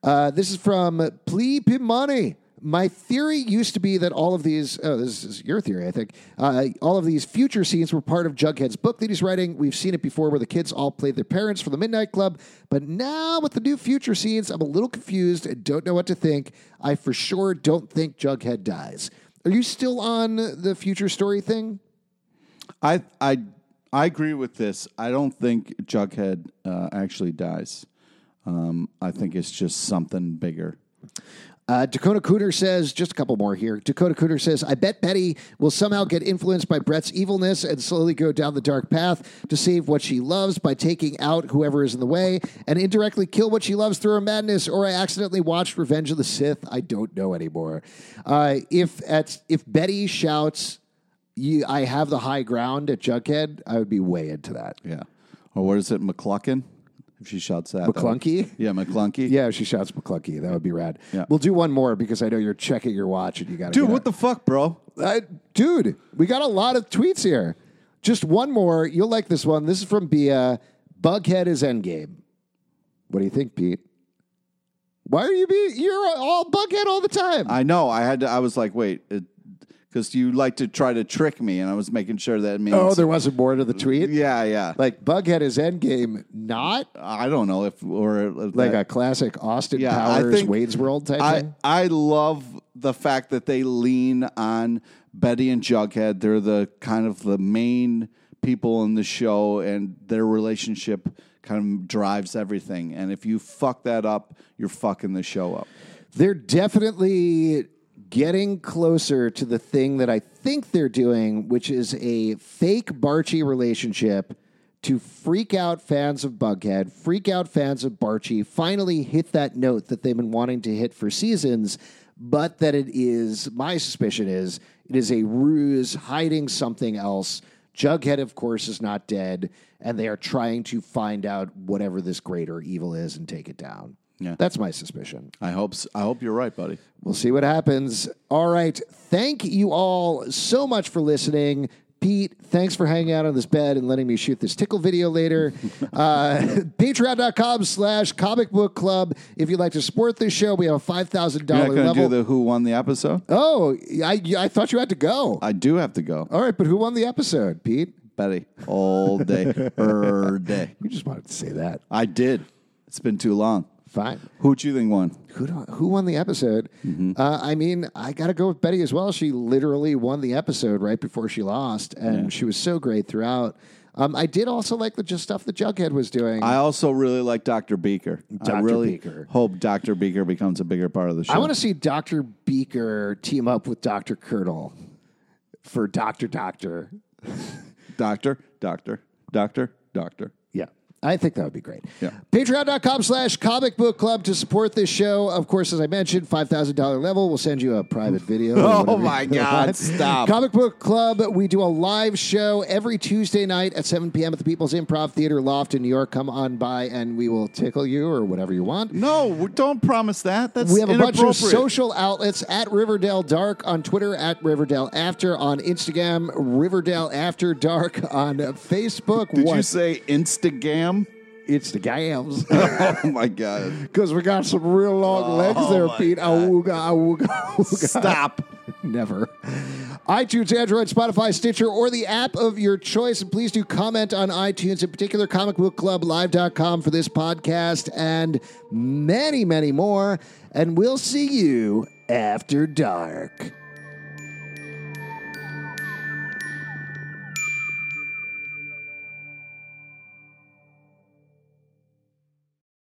[SPEAKER 1] Uh, this is from Plea Pimani. My theory used to be that all of these, oh, this is your theory, I think, uh, all of these future scenes were part of Jughead's book that he's writing. We've seen it before where the kids all played their parents for the Midnight Club. But now with the new future scenes, I'm a little confused and don't know what to think. I for sure don't think Jughead dies. Are you still on the future story thing?
[SPEAKER 2] I I I agree with this. I don't think Jughead uh, actually dies. Um, I think it's just something bigger.
[SPEAKER 1] Uh, Dakota Cooter says, just a couple more here. Dakota Cooter says, I bet Betty will somehow get influenced by Brett's evilness and slowly go down the dark path to save what she loves by taking out whoever is in the way and indirectly kill what she loves through her madness. Or I accidentally watched Revenge of the Sith. I don't know anymore. Uh, if at if Betty shouts, you, I have the high ground at Jughead, I would be way into that.
[SPEAKER 2] Yeah. Or what is it, McCluckin? If she shouts that, that would-
[SPEAKER 1] McClunky?
[SPEAKER 2] yeah, McClunky.
[SPEAKER 1] Yeah, she shouts McClunky. That would be rad.
[SPEAKER 2] Yeah.
[SPEAKER 1] We'll do one more because I know you're checking your watch and you got to
[SPEAKER 2] Dude, what the fuck, bro?
[SPEAKER 1] I, dude, we got a lot of tweets here. Just one more. You'll like this one. This is from Bia. Bughead is endgame. What do you think, Pete? Why are you being? You're all Bughead all the time.
[SPEAKER 2] I know. I had to. I was like, wait, because you like to try to trick me, and I was making sure that means.
[SPEAKER 1] oh, there wasn't more to the tweet.
[SPEAKER 2] yeah, Uh, yeah.
[SPEAKER 1] Like Bughead is endgame, not
[SPEAKER 2] I don't know if or
[SPEAKER 1] like a classic Austin
[SPEAKER 2] Yeah, I
[SPEAKER 1] Powers
[SPEAKER 2] think-
[SPEAKER 1] Wayne's World type
[SPEAKER 2] I
[SPEAKER 1] thing.
[SPEAKER 2] I love the fact that they lean on Betty and Jughead. They're the kind of the main people in the show, and their relationship kind of drives everything. And if you fuck that up, you're fucking the show up.
[SPEAKER 1] They're definitely getting closer to the thing that I think they're doing, which is a fake Barchi relationship to freak out fans of Bughead, freak out fans of Barchi, finally hit that note that they've been wanting to hit for seasons, but that it is, my suspicion is, it is a ruse hiding something else. Jughead, of course, is not dead, and they are trying to find out whatever this greater evil is and take it down.
[SPEAKER 2] Yeah.
[SPEAKER 1] That's my suspicion.
[SPEAKER 2] I hope s- I hope you're right, buddy.
[SPEAKER 1] We'll see what happens. All right. Thank you all so much for listening. Pete, thanks for hanging out on this bed and letting me shoot this tickle video later. Uh, Patreon.com slash comic book club. If you'd like to support this show, we have a $5,000
[SPEAKER 2] You're not going to
[SPEAKER 1] level.
[SPEAKER 2] do the who won the episode?
[SPEAKER 1] oh, I, I thought you had to go.
[SPEAKER 2] I do have to go.
[SPEAKER 1] All right, but who won the episode, Pete?
[SPEAKER 2] Betty, all day, er day.
[SPEAKER 1] You just wanted to say that.
[SPEAKER 2] I did. It's been too long.
[SPEAKER 1] Fine.
[SPEAKER 2] Who'd you think won?
[SPEAKER 1] Who do I- who won the episode?
[SPEAKER 2] Mm-hmm.
[SPEAKER 1] Uh, I mean, I got to go with Betty as well. She literally won the episode right before she lost, and she was so great throughout. Um, I did also like the just stuff that Jughead was doing.
[SPEAKER 2] I also really like Dr. Beaker. I
[SPEAKER 1] Dr.
[SPEAKER 2] really
[SPEAKER 1] Beaker.
[SPEAKER 2] hope Dr. Beaker becomes a bigger part of the show.
[SPEAKER 1] I want to see Dr. Beaker team up with Dr. Kirtle for Dr. Doctor.
[SPEAKER 2] Doctor, doctor, doctor, doctor.
[SPEAKER 1] Yeah. I think that would be great.
[SPEAKER 2] Yeah.
[SPEAKER 1] Patreon.com slash comic book club to support this show. Of course, as I mentioned, $5,000 level. We'll send you a private video. or whatever.
[SPEAKER 2] Oh God, stop.
[SPEAKER 1] Comic Book Club, we do a live show every Tuesday night at 7 p.m. at the People's Improv Theater Loft in New York. Come on by and we will tickle you or whatever you want.
[SPEAKER 2] No, we- don't promise that. That's
[SPEAKER 1] We have a bunch of
[SPEAKER 2] inappropriate.
[SPEAKER 1] social outlets at Riverdale Dark on Twitter, at Riverdale After on Instagram, Riverdale After Dark on Facebook.
[SPEAKER 2] Did
[SPEAKER 1] What?
[SPEAKER 2] you say Instagram?
[SPEAKER 1] it's the gams.
[SPEAKER 2] oh my god!
[SPEAKER 1] Because we got some real long legs there,
[SPEAKER 2] Oh my
[SPEAKER 1] Pete. Awooga, awooga, awooga.
[SPEAKER 2] Stop.
[SPEAKER 1] Never. iTunes, Android, Spotify, Stitcher, or the app of your choice. And please do comment on iTunes, in particular, comicbookclublive.com for this podcast and many, many more. And we'll see you after dark.